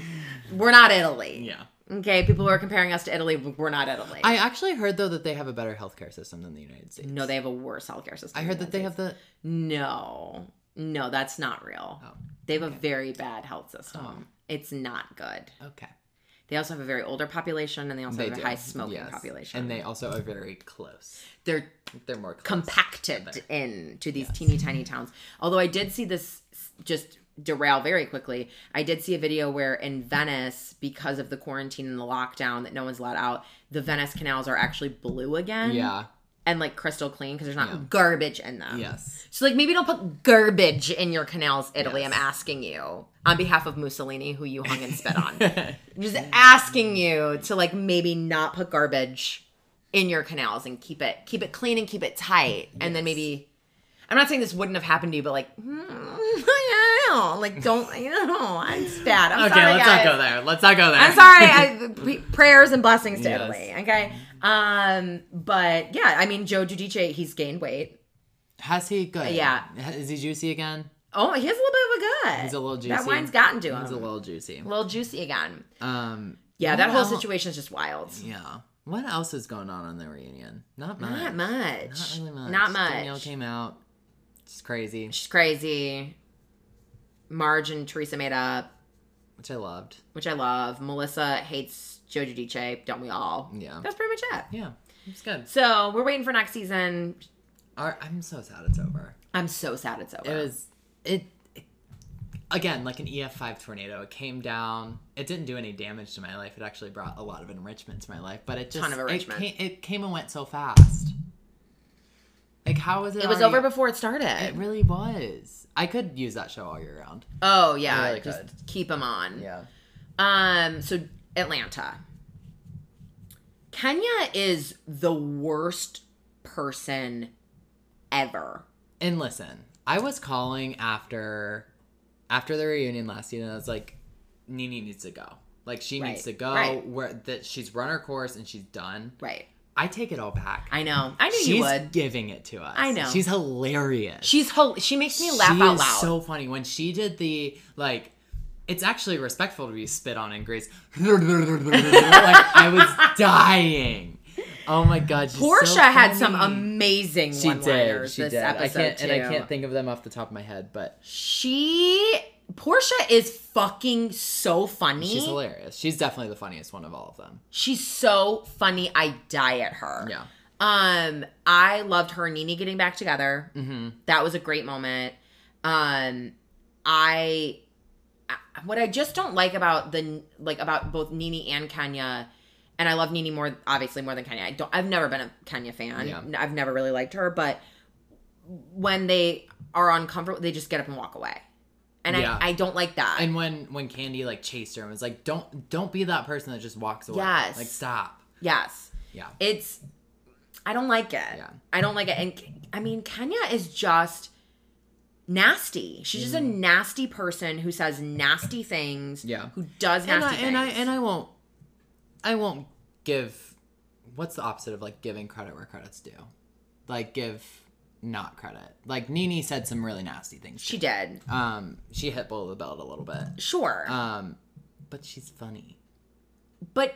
we're not Italy. yeah. Okay, people are comparing us to Italy. but We're not Italy. I actually heard though that they have a better healthcare system than the United States. no, they have a worse healthcare system. I heard than that they United have the States. no, no, that's not real. Oh. they have a very bad health system. Oh. It's not good. Okay. They also have a very older population, and they also They have do. a high smoking Yes. population. And they also are very close. they're They're more close. compacted into these teeny tiny towns. Although I did see this s- just derail very quickly. I did see a video where in Venice, because of the quarantine and the lockdown that no one's let out, the Venice canals are actually blue again. Yeah. And like crystal clean because there's not Yeah. garbage in them. [LAUGHS] Yes. So like maybe don't put garbage in your canals, Italy. Yes. I'm asking you on behalf of Mussolini, who you hung and spit [LAUGHS] on. I'm just asking you to like maybe not put garbage in your canals and keep it keep it clean and keep it tight. And then maybe I'm not saying this wouldn't have happened to you, but like [LAUGHS] hmm, I don't know. like don't I don't know. I'm bad. I'm okay, sorry, let's guys. not go there. Let's not go there. I'm [LAUGHS] sorry. I, p- prayers and blessings to Yes. Italy. Okay. Um, but yeah, I mean Joe Giudice, he's gained weight. Has he good? Yeah. Is he juicy again? Oh, he has a little bit of a gut. He's a little That juicy. wine's gotten to him. He's a a little, little juicy. juicy again. Um. Yeah, that whole Well- situation is just wild. Yeah. What else is going on in the reunion? Not much. Not much. Not really much. Not much. Danielle came out. It's crazy, She's crazy. Marge and Teresa made up, which I loved. which I love. Melissa hates Joe Giudice. Don't we all? Yeah. That's pretty much it. Yeah. It's good. So we're waiting for next season. Our, I'm so sad it's over. I'm so sad it's over. It was it, it again like an EF5 tornado. It came down. It didn't do any damage to my life. It actually brought a lot of enrichment to my life, but it just Ton of enrichment. It, came, it came and went so fast. Like how was it? It was already- over before it started. It really was. I could use that show all year round. oh yeah, It really just could. keep them on. Yeah. Um, so Atlanta. Kenya is the worst person ever. And listen, I was calling after after the reunion last season. I was like, Nini needs to go. Like she Right, needs to go. right. Where that she's run her course and she's done. Right. I take it all back. I know. I knew she's you would. giving it to us. I know. She's hilarious. She's ho- she makes me laugh She out is loud. So funny when she did the like. It's actually respectful to be spit on in Grace. [LAUGHS] like I was dying. Oh my god, she's so Portia had some funny. amazing She did. one-liners She this did. I episode can't, too. and I can't think of them off the top of my head, but She Portia is fucking so funny. she's hilarious. She's definitely the funniest one of all of them. She's so funny. I die at her. Yeah. Um, I loved her and Nene getting back together. Mm-hmm. That was a great moment. Um, I, I what I just don't like about the like about both Nene and Kenya, and I love Nene more obviously more than Kenya. I don't. I've never been a Kenya fan. Yeah. I've never really liked her, but when they are uncomfortable, they just get up and walk away, and Yeah. I I don't like that. And when when Candy like chased her and was like, "Don't don't be that person that just walks away. Yes. Like stop. yes. Yeah. it's i don't like it Yeah. i don't like it and K- i mean kenya is just nasty she's just a nasty person who says nasty things Mm. Yeah. who does and I, nasty and I things and I won't I won't give what's the opposite of like giving credit where credit's due. Like give not credit. Like Nini said some really nasty things. she did Um she hit below the belt a little bit. sure Um but she's funny. [LAUGHS] but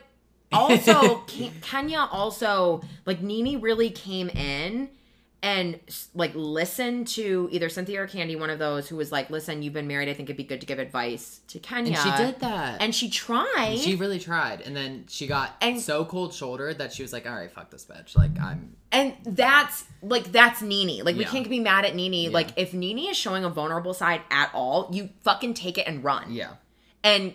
also Ke- kenya also like nini really came in and s- like listened to either cynthia or candy one of those who was like listen you've been married i think it'd be good to give advice to kenya And she did that. and she tried she really tried. And then she got And- so cold shouldered that she was like, All right, fuck this bitch. Like I'm And that's like that's Nini. Like we Yeah. can't be mad at Nini. Like if Nini is showing a vulnerable side at all, you fucking take it and run. [LAUGHS] Yeah. And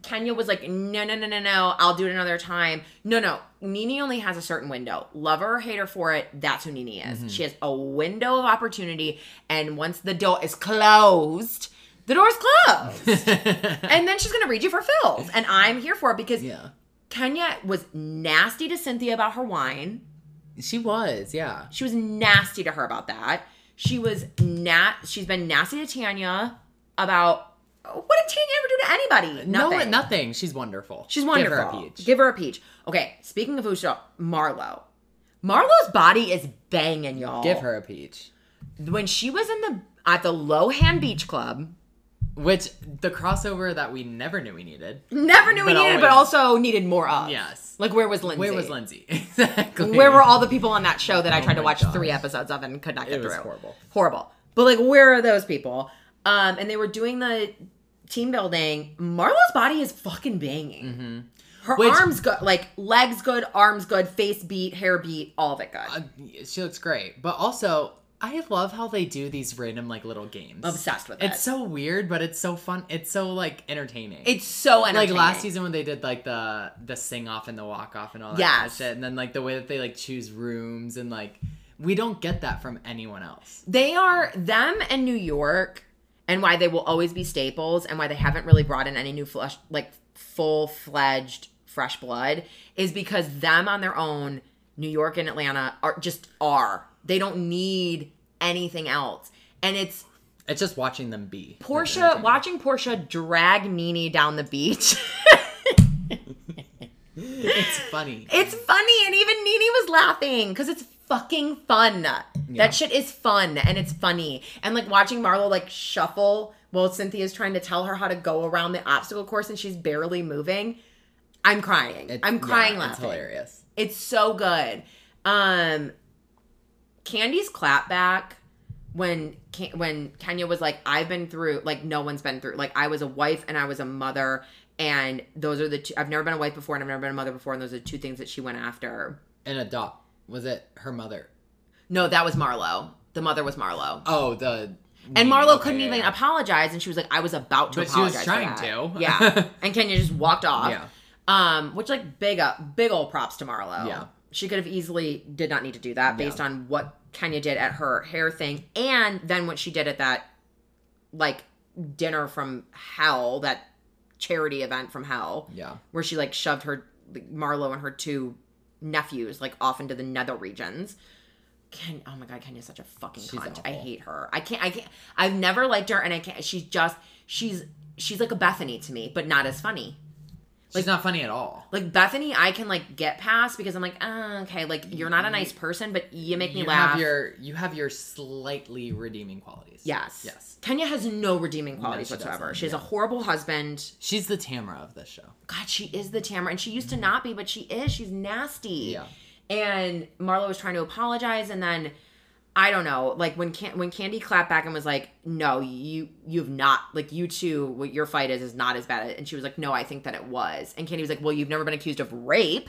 Kenya was like, no, no, no, no, no. I'll do it another time. No, no. Nini only has a certain window. Love her or hate her for it. That's who Nini is. Mm-hmm. She has a window of opportunity, and once the door is closed, the door's closed. and then she's gonna read you for fills. And I'm here for it because [LAUGHS] Oh. Yeah. Kenya was nasty to Cynthia about her wine. She was, yeah. She was nasty to her about that. She was nat. She's been nasty to Tanya about what did Tanya ever do to anybody? Nothing. No, nothing. She's wonderful. She's wonderful. Give her a peach. Give her a peach. Okay. Speaking of who, shot- Marlo. Marlo's body is banging, y'all. Give her a peach. when she was in the at the Lohan Beach Club. Which the crossover that we never knew we [LAUGHS] needed. Never knew we But needed, but always- also needed more of. Yes. Like where was Lindsay? Where was Lindsay? [LAUGHS] exactly. Where were all the people on that show that I tried to Oh my watch gosh. three episodes of and could not get It was through? horrible. Horrible. But like, where are those people? Um, and they were doing the team building. Marlo's body is fucking banging. Her Mm-hmm. Which- arms good, like legs good, arms good, face beat, hair beat, all of it good. Uh, she looks great, but also I love how they do these random like little games. Obsessed with it. It's so weird, but it's so fun. It's so like entertaining. It's so like entertaining. last season when they did like the the sing off and the walk off and all that kind of Yes. shit, and then like the way that they like choose rooms and like we don't get that from anyone else. they are them and New York, and why they will always be staples, and why they haven't really brought in any new flesh, like full fledged fresh blood, is because them on their own, New York and Atlanta are just are. They don't need anything else, and it's It's just watching them be That's Portia entertaining. watching Portia drag Nene down the beach. [LAUGHS] It's [LAUGHS] funny. It's funny, and even Nene was laughing because it's fucking fun. Yeah. That shit is fun, and it's funny. And like watching Marlo like shuffle while Cynthia's trying to tell her how to go around the obstacle course, and she's barely moving. I'm crying. It- I'm crying yeah, It's laughing. hilarious. It's so good. Um, Candy's clapback when Ke- when Kenya was like, "I've been through like no one's been through like I was a wife and I was a mother, and those are the two. I've never been a wife before and I've never been a mother before, and those are the two things that she went after." And a dog was it her mother? No, that was Marlo. The mother was Marlo, Oh, the and Marlo Okay, couldn't yeah, even yeah. apologize, and she was like, "I was about to But she was apologize." for that." trying to. [LAUGHS] yeah. And Kenya just walked off. Yeah. Um, which like big up, big old props to Marlo. Yeah. She could have easily did not need to do that based on what Kenya did at her hair thing and then what she did at that like dinner from hell, that charity event from hell, Yeah. where she like shoved her like, Marlo and her two nephews like off into the nether regions. Ken, oh my god, Kenya's such a fucking She's cunt. I awful. hate her. I can't. I can't. I've never liked her, and I can't. She's just. She's. She's like a Bethany to me, but not as funny. She's not funny at all. Like Bethany, I can like get past because I'm like, oh, okay, like you're not a nice person, but you make me Mm-hmm. you laugh. have your you have your slightly redeeming qualities. yes, Yes. Kenya has no redeeming qualities she whatsoever. doesn't, She has a horrible husband. She's the Tamara of this show. God, she is the Tamara, and she used to not be, but she is. She's nasty. Mm-hmm. Yeah. And Marlo was trying to apologize, and then I don't know, like when Can- when Candy clapped back and was like, "No, you you've not like you two. What your fight is is not as bad." And she was like, "No, I think that it was." And Candy was like, "Well, you've never been accused of rape."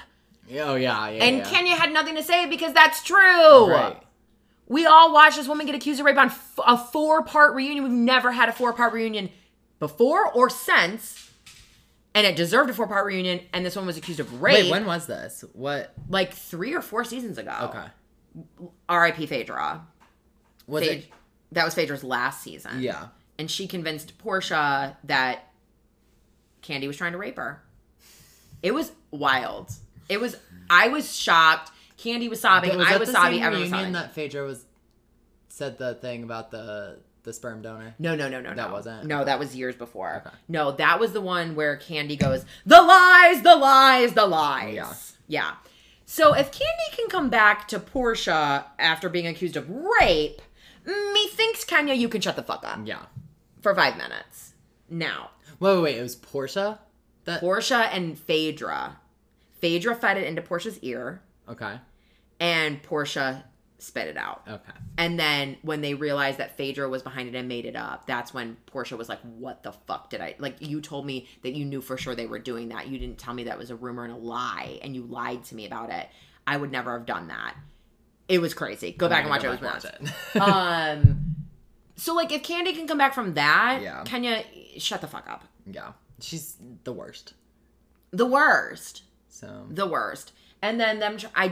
Oh yeah, yeah. And yeah. Kenya had nothing to say because that's true. Right. We all watched this woman get accused of rape on f- a four part reunion. We've never had a four part reunion before or since. And it deserved a four part reunion. And this one was accused of rape Wait, when was this? What? like three or four seasons ago. Okay. R.I.P. Phaedra. Was Phaed- it? that was Phaedra's last season. Yeah. And she convinced Portia that Candy was trying to rape her. It was wild. It was, I was shocked. Candy was sobbing. was I that was the sobbing. same Everyone was reunion sobbing. that Phaedra was said the thing about the the sperm donor. No, no, no, no, That no. wasn't? No, that was years before. Okay. No, that was the one where Candy goes, "The lies, the lies, the lies." Yeah. Yeah. So if Candy can come back to Portia after being accused of rape, methinks Kenya, you can shut the fuck up Yeah. for five minutes. Now, Wait, wait, wait. It was Portia. That. Portia and Phaedra. Phaedra fed it into Portia's ear, okay. and Portia spit it out. Okay. And then when they realized that Phaedra was behind it and made it up, that's when Portia was like, What the fuck did I like you told me that you knew for sure they were doing that. You didn't tell me that was a rumor and a lie, and you lied to me about it. I would never have done that. It was crazy. Go back and watch it. It was nuts. [LAUGHS] [LAUGHS] it. um so like if Candy can come back from that, Yeah. Kenya shut the fuck up. yeah. She's the worst. The worst. So. the worst. And then them, tr- I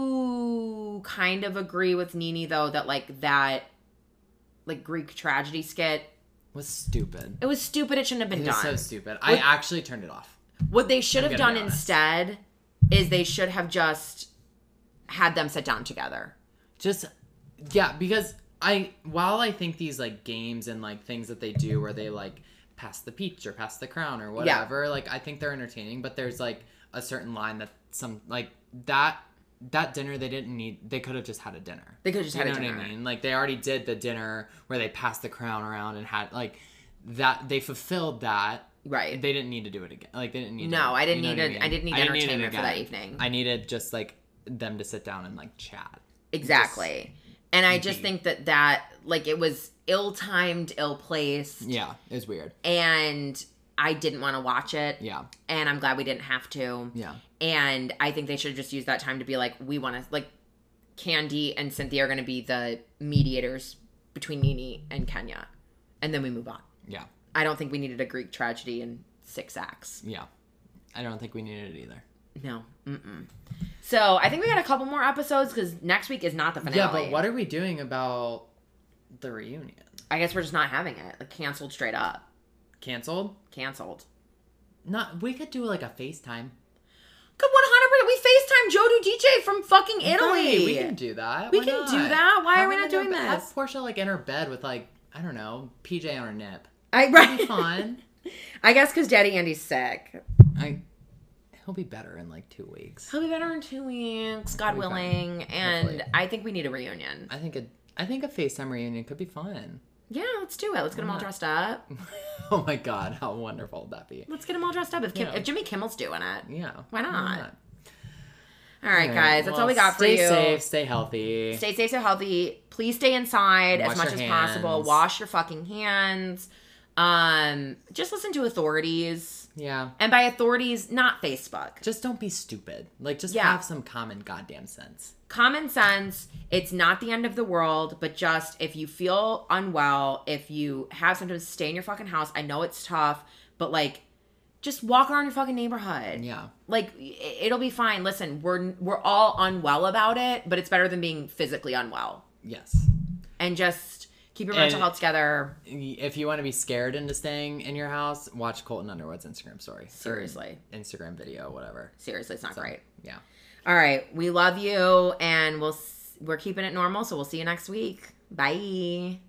do kind of agree with Nini though that like that, like Greek tragedy skit, Was stupid. it was stupid. It shouldn't have been It was done. so stupid. I actually turned it off. what they should have gonna done be honest. instead is they should have just had them sit down together. just yeah because i while i think these like games and like things that they do where they like pass the peach or pass the crown or whatever like i think they're entertaining but there's like a certain line that some like that that dinner they didn't need they could have just had a dinner They could've just You had a know what dinner. i mean like they already did the dinner where they passed the crown around and had like that they fulfilled that Right. they didn't need to do it again like they didn't need No, to, I didn't you know need what it- I didn't need it entertainment for that again. evening. i needed just like them to sit down and like chat exactly. and I E just think that that like it was ill timed, ill placed, yeah it was weird and I didn't want to watch it. yeah And I'm glad we didn't have to. yeah And I think they should have just used that time to be like, we want to, like, Candy and Cynthia are going to be the mediators between Nini and Kenya, and then we move on. Yeah. I don't think we needed a Greek tragedy in six acts. Yeah. I don't think we needed it either. No. Mm-mm. So I think we got a couple more episodes because next week is not the finale. Yeah, but what are we doing about the reunion? I guess we're just not having it. Like canceled straight up. Canceled? Canceled. Not we could do like a FaceTime. Good one hundred percent. We FaceTime Jodu DJ from fucking Italy. Right, we can do that. We Why can do not? that? Why are Have we her not in her doing be- Have this? Portia like in her bed with like, I don't know, PJ on [LAUGHS] her nip. I That'd Be fun. I guess because Daddy Andy's sick. I he'll be better in like two weeks. He'll be better in two weeks, God He'll be fine. willing. And Hopefully. I think we need a reunion. I think a I think a FaceTime reunion could be fun. [LAUGHS] Yeah, let's do it. Let's get them all not? dressed up. oh my god, how wonderful would that be? Let's get them all dressed up. If, Kim, Yeah. if Jimmy Kimmel's doing it, Yeah. Why not? all right, guys, that's all Well, we got for stay you. safe, stay healthy. Stay safe, so healthy. Please stay inside as Wash much as your possible. hands. Wash your fucking hands. Um, just listen to authorities, yeah. and by authorities, not Facebook. Just don't be stupid. Like just Yeah. have some common goddamn sense. common sense it's not the end of the world but just if you feel unwell if you have symptoms stay in your fucking house i know it's tough but like just walk around your fucking neighborhood Yeah. like i- it'll be fine listen we're we're all unwell about it but it's better than being physically unwell Yes. and just keep your And- mental health together If you want to be scared into staying in your house, watch Colton Underwood's Instagram story. Or Seriously. Instagram video, whatever. seriously it's not So, great Yeah. all right we love you and we'll s- we're keeping it normal so we'll see you next week bye